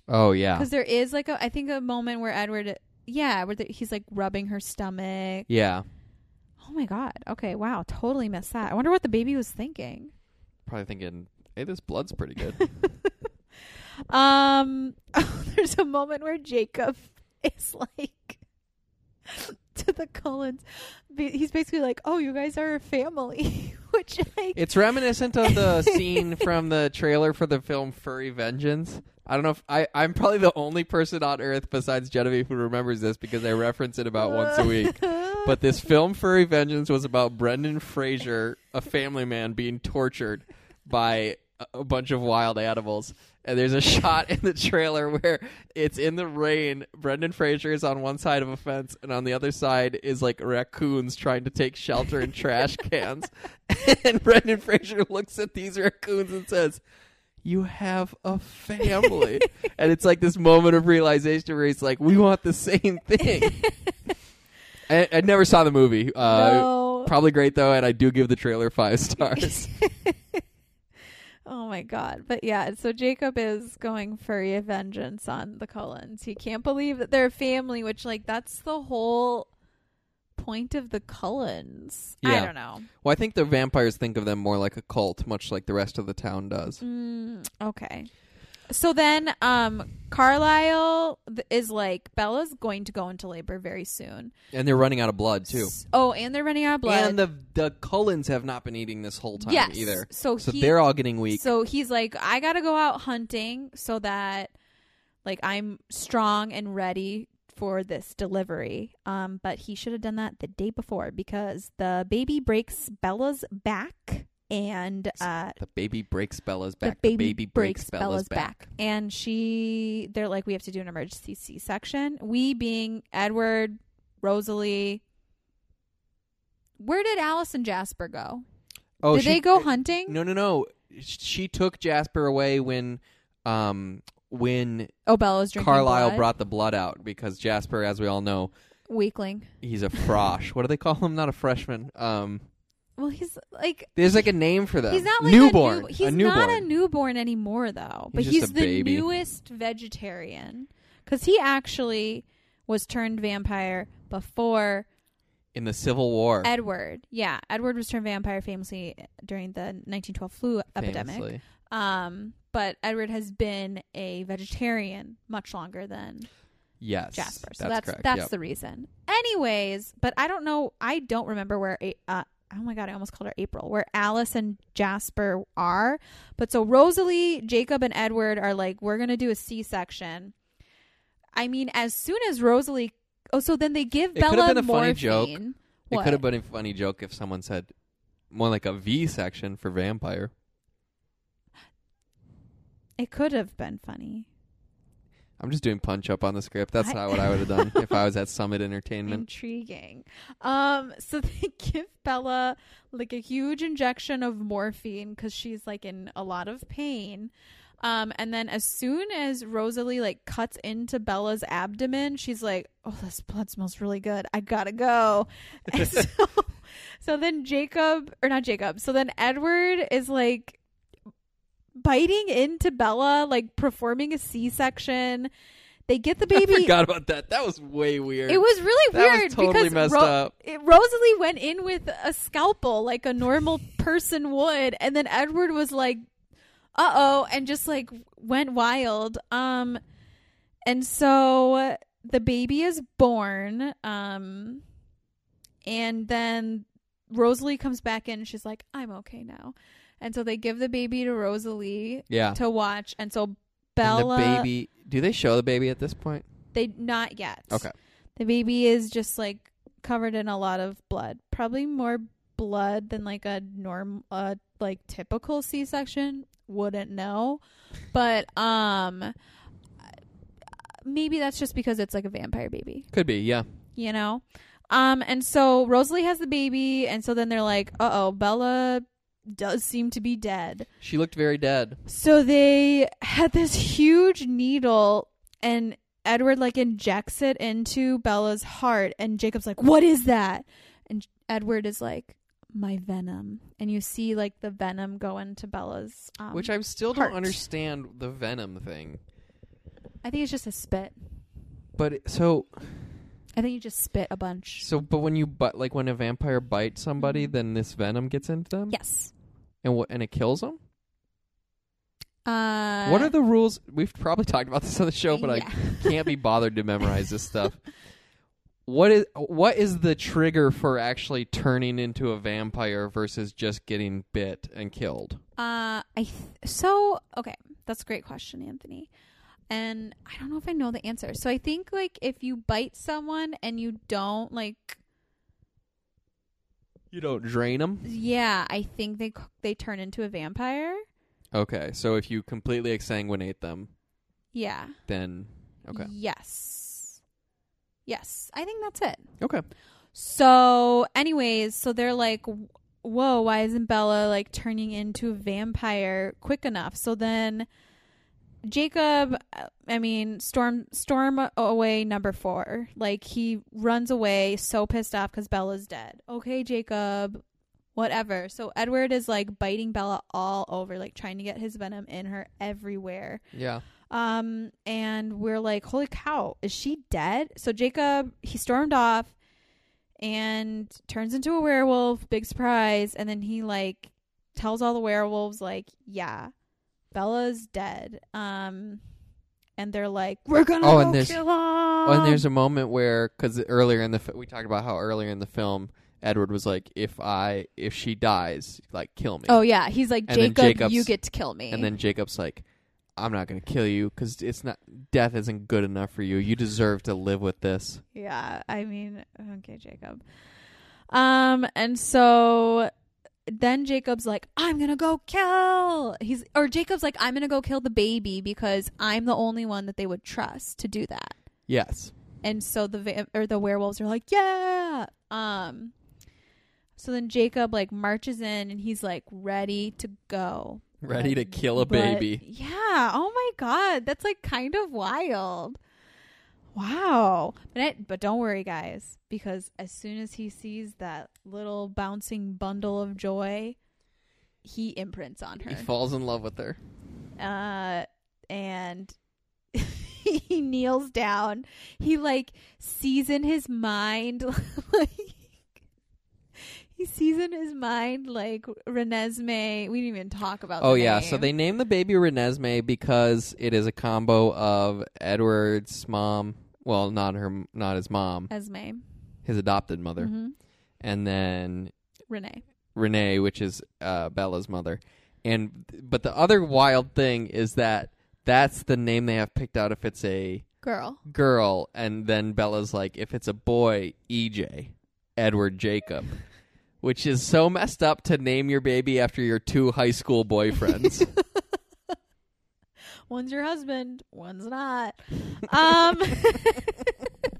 S1: Oh, yeah.
S2: because there is like a I think a moment where Edward, yeah, where the, he's like rubbing her stomach.
S1: Yeah.
S2: Oh my god. Okay, wow, totally missed that. I wonder what the baby was thinking.
S1: Probably thinking, hey, this blood's pretty good.
S2: um, there's a moment where Jacob is like to the Cullens. Ba- He's basically like, "Oh, you guys are a family," which like
S1: it's reminiscent of the scene from the trailer for the film Furry Vengeance. I don't know if I, I'm probably the only person on earth besides Genevieve who remembers this because I reference it about once a week. But this film Furry Vengeance was about Brendan Fraser, a family man, being tortured by a- a bunch of wild animals. And there's a shot in the trailer where it's in the rain. Brendan Fraser is on one side of a fence, and on the other side is like raccoons trying to take shelter in trash cans. And Brendan Fraser looks at these raccoons and says, you have a family. and it's like this moment of realization where he's like, we want the same thing. I, I never saw the movie. Uh,
S2: no.
S1: Probably great, though, and I do give the trailer five stars.
S2: Oh my god. But yeah, so Jacob is going for a vengeance on the Cullens. He can't believe that they're a family, which like that's the whole point of the Cullens. I
S1: Yeah.
S2: don't know.
S1: well, I think the vampires think of them more like a cult, much like the rest of the town does.
S2: Mm, okay. So then um Carlisle th- is like Bella's going to go into labor very soon.
S1: And they're running out of blood, too.
S2: S- Oh, and they're running out of blood.
S1: And the, the Cullens have not been eating this whole time
S2: yes.
S1: either.
S2: So,
S1: So
S2: he,
S1: they're all getting weak.
S2: So he's like, I gotta go out hunting so that like I'm strong and ready for this delivery. Um, but he should have done that the day before because the baby breaks Bella's back and uh
S1: the baby breaks Bella's
S2: the
S1: back. The baby, breaks, Bella's, back.
S2: And she, they're like, we have to do an emergency C section. We being Edward, Rosalie. Where did Alice and Jasper go?
S1: Oh,
S2: did
S1: she-
S2: they go hunting?
S1: No, no, no. Sh- She took Jasper away when, um, when
S2: oh, Bella's drinking.
S1: Carlisle
S2: blood.
S1: brought the blood out because Jasper, as we all know,
S2: weakling.
S1: he's a frosh. what do they call him? Not a freshman. Um,
S2: Well, he's like
S1: there's like a name for that.
S2: he's not like
S1: newborn.
S2: A new, he's
S1: newborn.
S2: not a newborn anymore though, but
S1: He's just
S2: he's
S1: a
S2: the
S1: baby.
S2: newest vegetarian because he actually was turned vampire before
S1: In the Civil War,
S2: Edward. Yeah, Edward was turned vampire famously during the 1912 flu epidemic.
S1: famously.
S2: Um, but Edward has been a vegetarian much longer than
S1: Yes,
S2: Jasper. So
S1: that's
S2: that's
S1: correct.
S2: that's
S1: yep.
S2: the reason. Anyways, but I don't know. I don't remember where. A- Uh, oh my god, I almost called her April. Where Alice and Jasper are, but so Rosalie, Jacob, and Edward are like, we're gonna do a C section. I mean, as soon as Rosalie, oh, so then they give
S1: It could've
S2: Bella
S1: been a funny joke.
S2: morphine.
S1: It
S2: What?
S1: could have been a funny joke if someone said more like a V section for vampire.
S2: It could have been funny.
S1: I'm just doing punch up on the script. That's
S2: I-
S1: not what I would have done if I was at Summit Entertainment.
S2: Intriguing. Um, so they give Bella like a huge injection of morphine because she's like in a lot of pain. Um, and then as soon as Rosalie like cuts into Bella's abdomen, she's like, "Oh, this blood smells really good. I gotta go." And so, so then Jacob or not Jacob. So then Edward is like biting into Bella, like performing a C-section. They get the
S1: I
S2: baby.
S1: forgot about that. That was way weird.
S2: It was really
S1: That was
S2: weird
S1: totally
S2: because
S1: messed up.
S2: it- Rosalie went in with a scalpel like a normal person would, and then Edward was like, "Uh oh," and just like went wild. Um, and so the baby is born. Um, and then Rosalie comes back in. And she's like, "I'm okay now," and so they give the baby to Rosalie
S1: yeah.
S2: to watch, and so.
S1: Ah. And
S2: Bella,
S1: the baby. Do they show the baby at this point?
S2: they not yet.
S1: Okay.
S2: The baby is just like covered in a lot of blood. Probably more blood than like a norm uh like typical C-section. Wouldn't know. But um maybe that's just because it's like a vampire baby,
S1: Could be, yeah.
S2: you know? Um and so Rosalie has the baby and so then they're like, "Uh-oh, Bella does seem to be dead."
S1: She looked very dead.
S2: So they had this huge needle and Edward like injects it into Bella's heart and Jacob's like, "What is that?" And Edward is like, "My venom." And you see like the venom go into Bella's um,
S1: Which I still don't
S2: heart.
S1: understand the venom thing.
S2: I think it's just a spit.
S1: But it- so
S2: I think you just spit a bunch.
S1: So, but when you bite, like when a vampire bites somebody,
S2: Mhm.
S1: then this venom gets into them,
S2: Yes.
S1: and what and it kills them.
S2: Uh,
S1: what are the rules? We've probably talked about this on the show, but
S2: yeah.
S1: I can't be bothered to memorize this stuff. What is what is the trigger for actually turning into a vampire versus just getting bit and killed?
S2: Uh, I th- so okay. That's a great question, Anthony. And I don't know if I know the answer. So I think like if you bite someone and you don't like,
S1: You don't drain them.
S2: yeah, I think they c- they turn into a vampire.
S1: Okay, so if you completely exsanguinate them,
S2: Yeah.
S1: then okay,
S2: Yes. Yes, I think that's it.
S1: okay,
S2: So, anyways, so they're like, "Whoa, why isn't Bella like turning into a vampire quick enough?" So then, Jacob, uh, I mean, storm storm away number four. Like he runs away, so pissed off because Bella's dead. Okay, Jacob, whatever. So Edward is like biting Bella all over, like trying to get his venom in her everywhere.
S1: yeah.
S2: Um, and we're like, holy cow, is she dead? So Jacob, he stormed off and turns into a werewolf, big surprise. And then he like tells all the werewolves, like, yeah, Bella's dead. Um, and they're like, we're gonna
S1: Oh,
S2: go
S1: and there's-
S2: kill him.
S1: Oh, and there's a moment where because earlier in the fi- we talked about how earlier in the film Edward was like, if I if she dies, like kill me.
S2: oh yeah, he's like,
S1: And then
S2: Jacob,
S1: Jacob's-
S2: you get to kill me.
S1: And then Jacob's like, I'm not gonna kill you because it's not death isn't good enough for you. You deserve to live with this.
S2: Yeah, I mean, okay, Jacob. Um, and so then Jacob's like, I'm gonna go kill. He's or Jacob's like, I'm gonna go kill the baby because I'm the only one that they would trust to do that.
S1: Yes.
S2: And so the va- or the werewolves are like, yeah. Um, so then Jacob like marches in and he's like ready to go.
S1: Ready to
S2: But-
S1: kill a
S2: but-
S1: baby.
S2: yeah. Oh my god, that's like kind of wild. Wow. But I, but don't worry, guys, because as soon as he sees that little bouncing bundle of joy, he imprints on
S1: He
S2: her.
S1: falls in love with her.
S2: Uh, and he kneels down. He like sees in his mind like he sees in his mind like Renesmee. We didn't even talk about.
S1: Oh
S2: the
S1: yeah. So
S2: name.
S1: they named the baby Renesmee because it is a combo of Edward's mom. Well, not her, not his mom,
S2: Esme.
S1: his adopted mother,
S2: Mm-hmm.
S1: and then
S2: Renee.
S1: Renee, which is uh, Bella's mother. And but the other wild thing is that that's the name they have picked out if it's a
S2: Girl.
S1: girl, and then Bella's like, if it's a boy, EJ, Edward Jacob, which is so messed up to name your baby after your two high school boyfriends.
S2: One's your husband, one's not. Um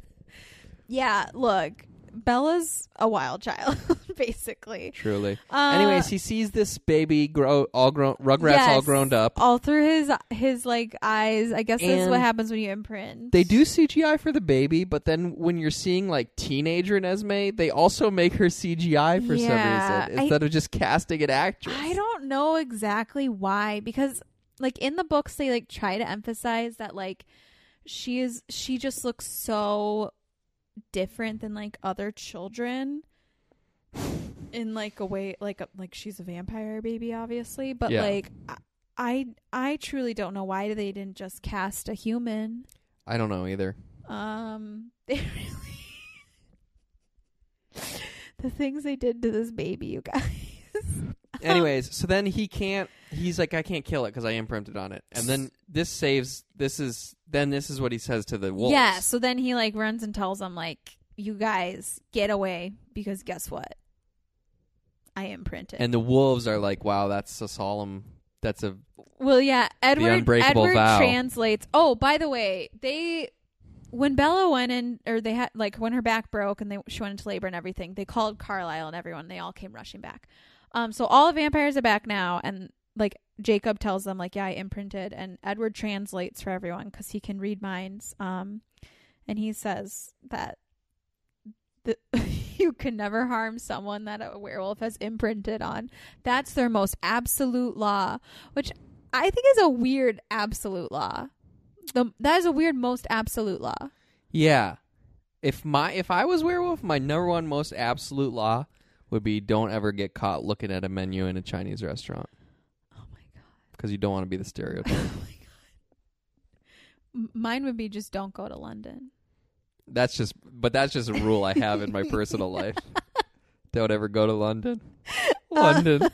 S2: Yeah, look. Bella's a wild child, basically.
S1: Truly.
S2: Uh,
S1: Anyways, he sees this baby grow all grown, Rugrats all
S2: Yes.
S1: grown up.
S2: all through his his like eyes, I guess this is what
S1: And
S2: happens when you imprint.
S1: They do CGI for the baby, but then when you're seeing like teenager Nesme, they also make her CGI for
S2: Yeah,
S1: some reason instead of just casting an actress.
S2: I don't know exactly why because like in the books they like try to emphasize that like she is she just looks so different than like other children in like a way like a, like she's a vampire baby obviously but
S1: Yeah.
S2: like I, I I truly don't know why they didn't just cast a human
S1: I don't know either.
S2: um they really the things they did to this baby you guys
S1: Anyways, so then he can't. He's like, I can't kill it because I imprinted on it. And then this saves. This is then. This is what he says to the wolves.
S2: Yeah, so then he like runs and tells them like, "You guys get away because guess what? I imprinted."
S1: And the wolves are like, wow, that's a solemn. That's a
S2: well, yeah, Edward
S1: unbreakable
S2: Edward
S1: vow.
S2: translates. Oh, by the way, they when Bella went in or they had like when her back broke and they she went into labor and everything, they called Carlisle and everyone. They all came rushing back. Um, so all the vampires are back now, and like Jacob tells them like, "Yeah, I imprinted," and Edward translates for everyone because he can read minds. Um, and he says that the, you can never harm someone that a werewolf has imprinted on. That's their most absolute law, which I think is a weird absolute law. Oh The, that is a weird most absolute law.
S1: yeah. if my if I was werewolf, my number one most absolute law would be don't ever get caught looking at a menu in a Chinese restaurant
S2: Oh my god.
S1: because you don't want to be the stereotype.
S2: oh my god. M- Mine would be just don't go to London.
S1: that's just, but that's just a rule I have in my personal life. Don't ever go to London.
S2: Uh,
S1: London.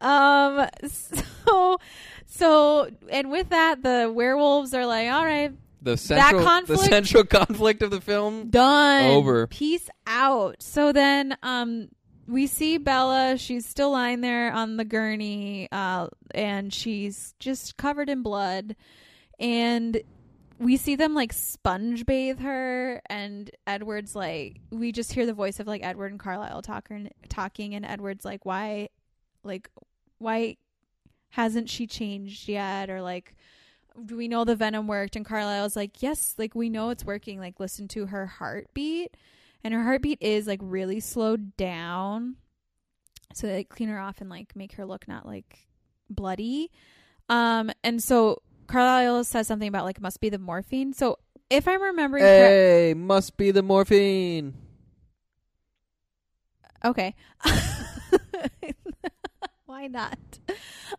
S2: Um. So, so, and with that, the werewolves are like, "All right,
S1: The central, the
S2: conflict-
S1: central conflict of the film.
S2: done,
S1: Over.
S2: peace out." So then, um, we see Bella. She's still lying there on the gurney, uh, and she's just covered in blood, and. We see them like sponge bathe her, and Edward's like, we just hear the voice of like Edward and Carlisle talking, talking, and Edward's like, why, like, why hasn't she changed yet or like do we know the venom worked and carlisle's like yes like we know it's working like listen to her heartbeat and her heartbeat is like really slowed down so they like, clean her off and like make her look not like bloody um and so carlisle says something about like must be the morphine so if i'm remembering correct-
S1: Hey, must be the morphine.
S2: Okay. Why not?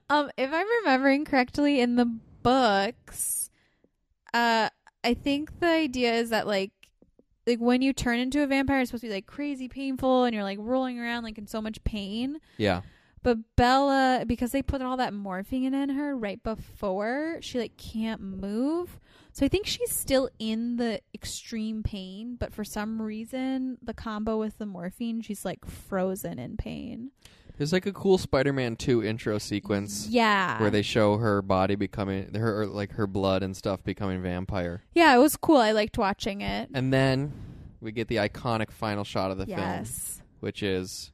S2: Um, if I'm remembering correctly in the books, uh, I think the idea is that like like when you turn into a vampire, it's supposed to be like crazy painful, and you're like rolling around like in so much pain.
S1: Yeah,
S2: But Bella, because they put all that morphine in her right before, she like can't move. So I think she's still in the extreme pain, but for some reason, the combo with the morphine, she's like frozen in pain.
S1: there's like a cool Spider-Man Two intro sequence
S2: Yeah.
S1: where they show her body becoming her or, like her blood and stuff becoming vampire,
S2: yeah, it was cool. I liked watching it.
S1: and then we get the iconic final shot of the film.
S2: yes.
S1: which is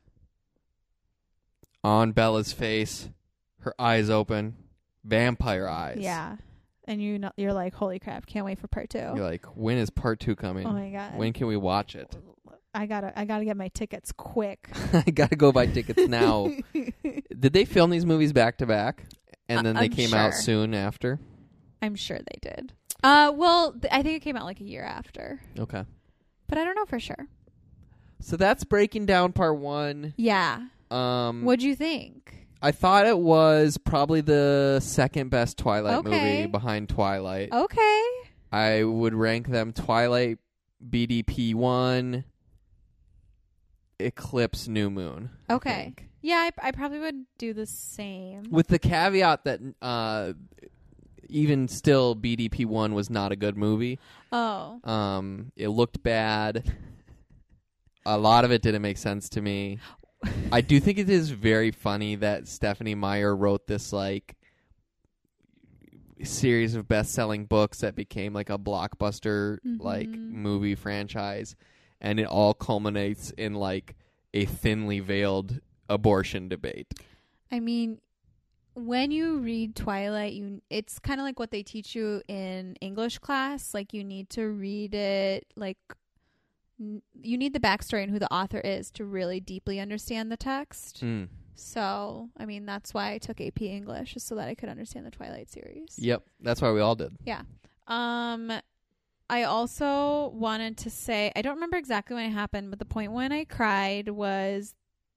S1: on Bella's face, her eyes open, vampire eyes.
S2: Yeah. And you know, you're like, holy crap! Can't wait for part 2
S1: You're like, when is part two coming?
S2: oh my god!
S1: when can we watch it?
S2: I gotta, I gotta get my tickets quick.
S1: I gotta go buy tickets now. Did they film these movies back to back? And then
S2: I-
S1: they
S2: I'm
S1: came out
S2: sure.
S1: soon after?
S2: I'm sure they did. Uh, well, th- I think it came out like a year after,
S1: Okay.
S2: but I don't know for sure.
S1: So that's breaking down part one.
S2: Yeah.
S1: Um
S2: What'd you think?
S1: I thought it was probably the second best Twilight
S2: Okay. Oh.
S1: movie behind Twilight.
S2: Okay.
S1: I would rank them Twilight, BDP one, Eclipse, New Moon. I
S2: Okay.
S1: think.
S2: Yeah, I, I probably would do the same.
S1: With the caveat that uh, even still, BDP one was not a good movie.
S2: Oh.
S1: Um, it looked bad. a lot of it didn't make sense to me. I do think it is very funny that Stephanie Meyer wrote this like series of best-selling books that became like a blockbuster like
S2: Mhm.
S1: movie franchise and it all culminates in like a thinly veiled abortion debate.
S2: I mean, when you read Twilight, you it's kind of like what they teach you in English class. Like you need to read it like n- you need the backstory and who the author is to really deeply understand the text. So, I mean, that's why I took AP English just so that I could understand the Twilight series.
S1: Yep, that's why we all did.
S2: Um, I also wanted to say I don't remember exactly when it happened, but the point when I cried was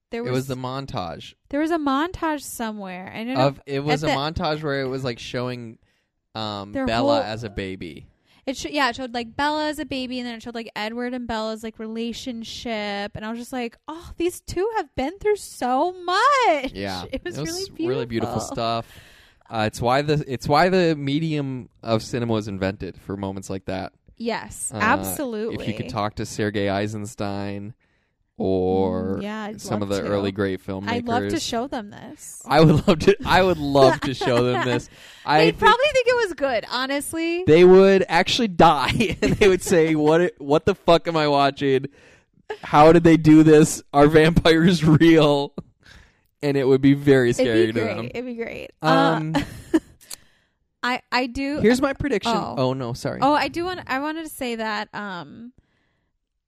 S2: there
S1: It was
S2: was,
S1: the montage
S2: there was a montage somewhere. I don't know.
S1: of it was a
S2: at the-
S1: montage where it was like showing um,
S2: Their
S1: Bella
S2: whole-
S1: as a baby.
S2: It sh- yeah, it showed like Bella as a baby, and then it showed like Edward and Bella's like relationship, and I was just like, oh, these two have been through so much.
S1: Yeah,
S2: it was, really beautiful.
S1: stuff. Uh, it's why the it's why the medium of cinema was invented for moments like that.
S2: Yes,
S1: Uh,
S2: absolutely.
S1: If you could talk to Sergei Eisenstein or
S2: Mm, yeah, I'd
S1: some of
S2: love
S1: the
S2: to.
S1: early great filmmakers,
S2: I'd love to show them this.
S1: I would love to. I would love to show them this. I
S2: They'd
S1: think
S2: probably think it was good, honestly.
S1: they would actually die, and they would say, "What? What the fuck am I watching? How did they do this? Are vampires real?" And it would be very scary
S2: It'd be
S1: to
S2: great.
S1: them.
S2: It'd be great.
S1: Um,
S2: Uh, I I do.
S1: Here's my prediction.
S2: Oh.
S1: Oh, no, sorry.
S2: Oh, I do want. I wanted to say that. Um,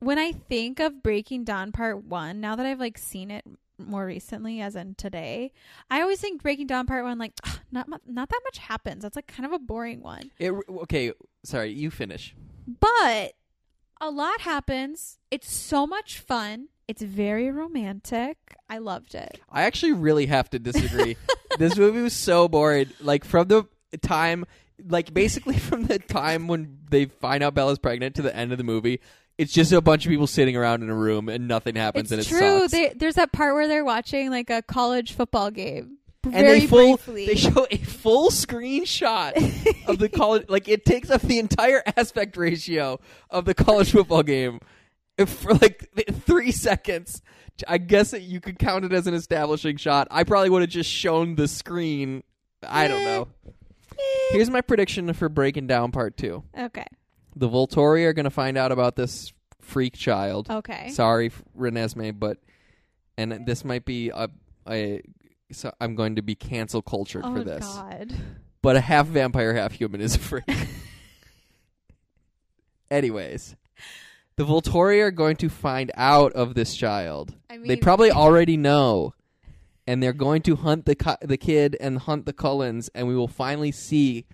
S2: when I think of Breaking Dawn Part One, now that I've like seen it more recently, as in today, I always think Breaking Dawn Part One like "Ugh, not mu- not that much happens. That's like kind of a boring one,
S1: It, okay, sorry. You finish.
S2: but. a lot happens. It's so much fun. It's very romantic. I loved it.
S1: I actually really have to disagree. this movie was so boring. Like from the time, like basically from the time when they find out Bella's pregnant to the end of the movie, it's just a bunch of people sitting around in a room and nothing happens and it
S2: it's true.
S1: sucks.
S2: They, there's that part where they're watching like a college football game.
S1: and
S2: very
S1: they full
S2: briefly.
S1: they show a full screenshot of the college like it takes up the entire aspect ratio of the college football game if- for like th- three seconds i guess that you could count it as an establishing shot i probably would have just shown the screen i don't know here's my prediction for breaking down part two
S2: okay.
S1: the voltori are going to find out about this freak child
S2: Okay.
S1: Sorry, f- Renesmee, but and this might be a, a so I'm going to be cancel cultured
S2: oh
S1: for this.
S2: God.
S1: But a half vampire, half human is a freak. Anyways, the Volturi are going to find out of this child.
S2: I
S1: they
S2: mean-
S1: probably already know, and they're going to hunt the cu- the kid and hunt the Cullens, and we will finally see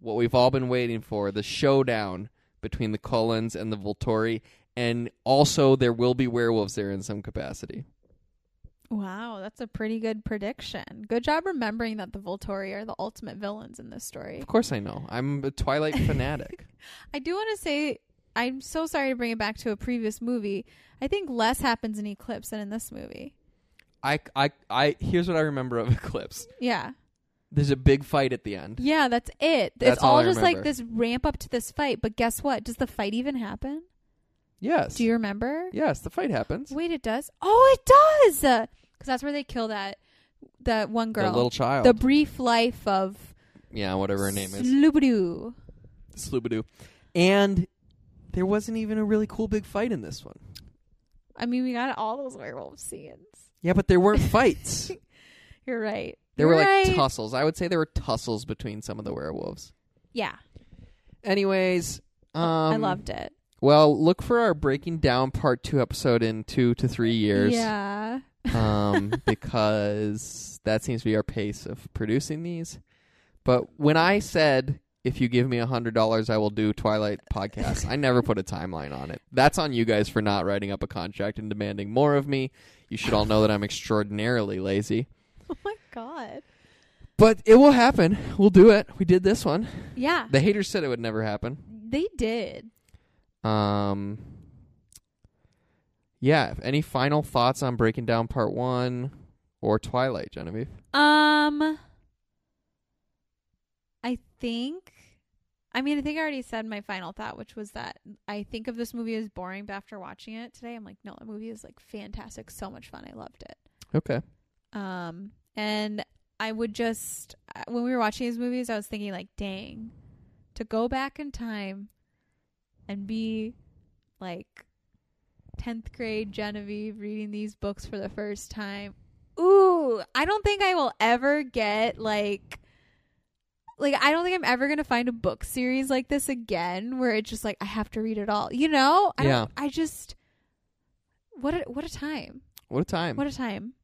S1: what we've all been waiting for—the showdown between the Cullens and the Volturi. And also, there will be werewolves there in some capacity.
S2: Wow, that's a pretty good prediction. Good job remembering that the Volturi are the ultimate villains in this story.
S1: Of course, I know. I'm a Twilight fanatic.
S2: I do want to say I'm so sorry to bring it back to a previous movie. I think less happens in Eclipse than in this movie.
S1: I, I, I. Here's what I remember of Eclipse.
S2: Yeah.
S1: There's a big fight at the end.
S2: Yeah, that's it.
S1: That's
S2: it's
S1: all
S2: all,
S1: I
S2: just like
S1: remember.
S2: this ramp up to this fight, but guess what? Does the fight even happen?
S1: Yes.
S2: Do you remember?
S1: yes, the fight happens.
S2: Wait, it does. Oh, it does. Cuz that's where they kill that that one girl.
S1: The little child.
S2: The brief life of
S1: yeah, whatever her name is.
S2: Sloobadoo.
S1: Sloobadoo. And there wasn't even a really cool big fight in this one.
S2: I mean, we got all those werewolf scenes.
S1: Yeah, but there weren't fights.
S2: You're right.
S1: There were
S2: You're
S1: like
S2: right.
S1: tussles. I would say there were tussles between some of the werewolves.
S2: Yeah,
S1: Anyways, um,
S2: Oh, I loved it.
S1: Well, look for our breaking down part two episode in two to three years.
S2: Yeah.
S1: um, because that seems to be our pace of producing these. But when I said, if you give me a $100, I will do Twilight podcast, I never put a timeline on it. That's on you guys for not writing up a contract and demanding more of me. You should all know that I'm extraordinarily lazy.
S2: Oh my god.
S1: But it will happen. We'll do it. We did this one.
S2: Yeah,
S1: The haters said it would never happen.
S2: they did.
S1: Um, yeah. Any final thoughts on breaking down part one or Twilight, Genevieve?
S2: Um, I think. I mean, I think I already said my final thought, which was that I think of this movie as boring, but after watching it today, I'm like, no, that movie is like fantastic, so much fun, I loved it.
S1: Okay.
S2: Um, and I would just uh, when we were watching these movies, I was thinking like, dang, to go back in time and be like tenth grade Genevieve reading these books for the first time. Ooh, I don't think I will ever get like. Like I don't think I'm ever gonna find a book series like this again, where it's just like I have to read it all. You know, I
S1: Yeah.
S2: Don't, I just what a what a time,
S1: What a time.
S2: what a time.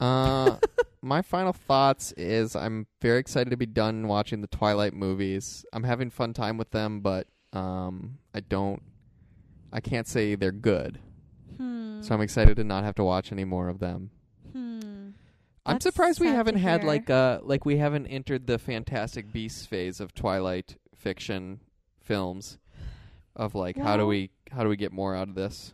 S1: Um, Uh, my final thoughts is I'm very excited to be done watching the Twilight movies. I'm having fun time with them, but um, I don't, I can't say they're good.
S2: Hmm.
S1: So I'm excited to not have to watch any more of them.
S2: Hmm.
S1: I'm
S2: That's
S1: surprised we
S2: sad to
S1: haven't had
S2: hear.
S1: like uh like we haven't entered the Fantastic Beasts phase of Twilight fiction films of like how do
S2: Well-
S1: we how do we get more out of this?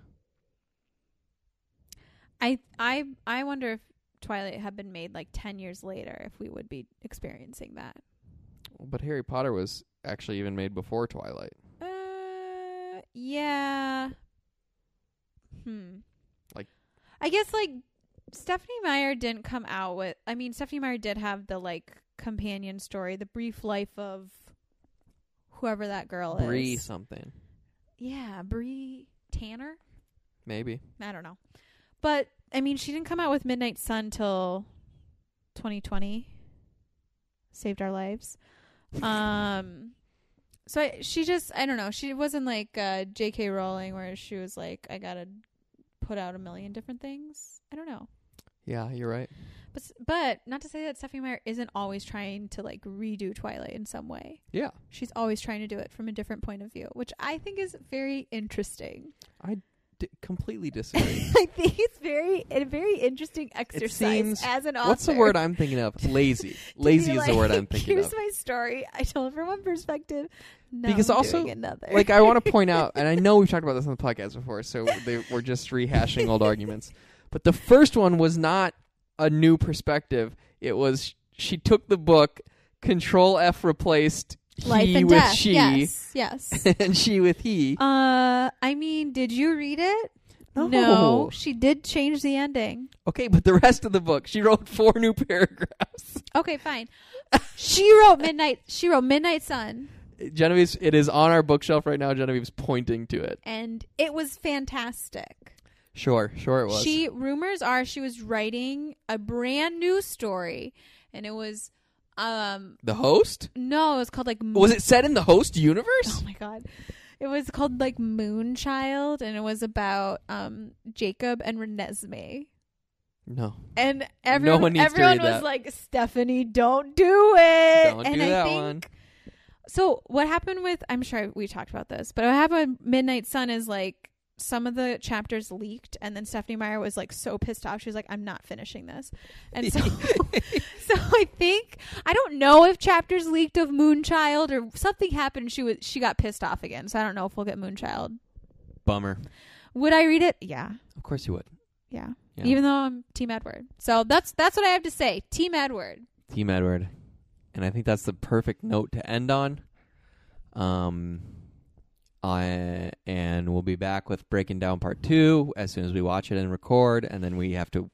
S2: I I I wonder if Twilight had been made like ten years later, if we would be experiencing that.
S1: But Harry Potter was actually even made before Twilight.
S2: Uh, yeah. Hmm.
S1: Like-
S2: I guess like Stephanie Meyer didn't come out with. I mean, Stephanie Meyer did have the like companion story, the brief life of whoever that girl
S1: Bree
S2: is.
S1: something.
S2: Yeah, Bree Tanner.
S1: Maybe.
S2: I don't know. But I mean, she didn't come out with Midnight Sun till 2020. Saved our lives. Um so I, she just I don't know. She wasn't like uh J.K. Rowling where she was like I got to put out a million different things. I don't know.
S1: Yeah, you're right.
S2: But s- but not to say that Stephanie Meyer isn't always trying to like redo Twilight in some way.
S1: Yeah.
S2: She's always trying to do it from a different point of view, which I think is very interesting.
S1: D- completely disagree.
S2: I think it's very a very interesting exercise
S1: seems-
S2: as an author.
S1: What's the word I'm thinking of? Lazy.
S2: to
S1: Lazy
S2: be
S1: is the word
S2: like,
S1: I'm thinking
S2: Here's
S1: of.
S2: my story. I told it from one perspective. Now
S1: Because
S2: I'm
S1: also,
S2: doing another.
S1: like I want to point out, and I know we've talked about this on the podcast before, so they, we're just rehashing old arguments. But the first one was not a new perspective. It was she took the book, Control F replaced
S2: life
S1: he
S2: and
S1: with
S2: death.
S1: she,
S2: Yes, yes.
S1: and she with he.
S2: uh, I mean, did you read it?
S1: No.
S2: she did change the ending.
S1: Okay, but the rest of the book, she wrote four new paragraphs.
S2: Okay, fine. she wrote midnight. She wrote Midnight Sun,
S1: Genevieve's, it is on our bookshelf right now. Genevieve's pointing to it.
S2: and it was fantastic.
S1: Sure, sure it was.
S2: She rumors are she was writing a brand new story, and it was, um,
S1: the host?
S2: no, it was called like
S1: Was it set in the host
S2: Oh
S1: universe?
S2: my god. It was called like Moonchild and it was about um Jacob and Renesmee.
S1: No.
S2: And everyone
S1: one needs to
S2: everyone
S1: read
S2: was
S1: that.
S2: like Stephanie, don't do it.
S1: Don't
S2: and
S1: do
S2: I
S1: that
S2: think
S1: one.
S2: So what happened with I'm sure we talked about this, but what happened with Midnight Sun is like some of the chapters leaked and then Stephanie Meyer was like so pissed off. She was like, I'm not finishing this. And so so I think I don't know if chapters leaked of Moonchild or something happened. She was she got pissed off again. So I don't know if we'll get Moonchild.
S1: Bummer.
S2: Would I read it? Yeah.
S1: Of course you would.
S2: Yeah.
S1: Yeah.
S2: Even though I'm Team Edward. So that's that's what I have to say. Team Edward.
S1: Team Edward. And I think that's the perfect note to end on. Um I and we'll be back with breaking down part 2 as soon as we watch it and record and then we have to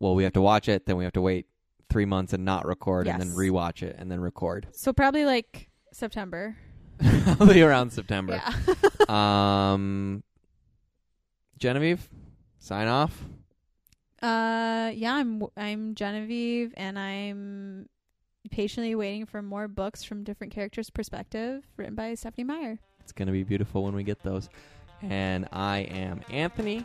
S1: well we have to watch it then we have to wait 3 months and not record and then
S2: Yes.
S1: rewatch it and then record.
S2: So probably like September.
S1: Probably around September.
S2: Yeah.
S1: Um Genevieve, sign off.
S2: uh yeah, I'm I'm Genevieve and I'm patiently waiting for more books from different characters' perspective written by Stephanie Meyer.
S1: It's going to be beautiful when we get those. And I am Anthony,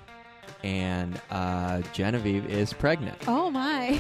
S1: and uh, Genevieve is pregnant.
S2: Oh my.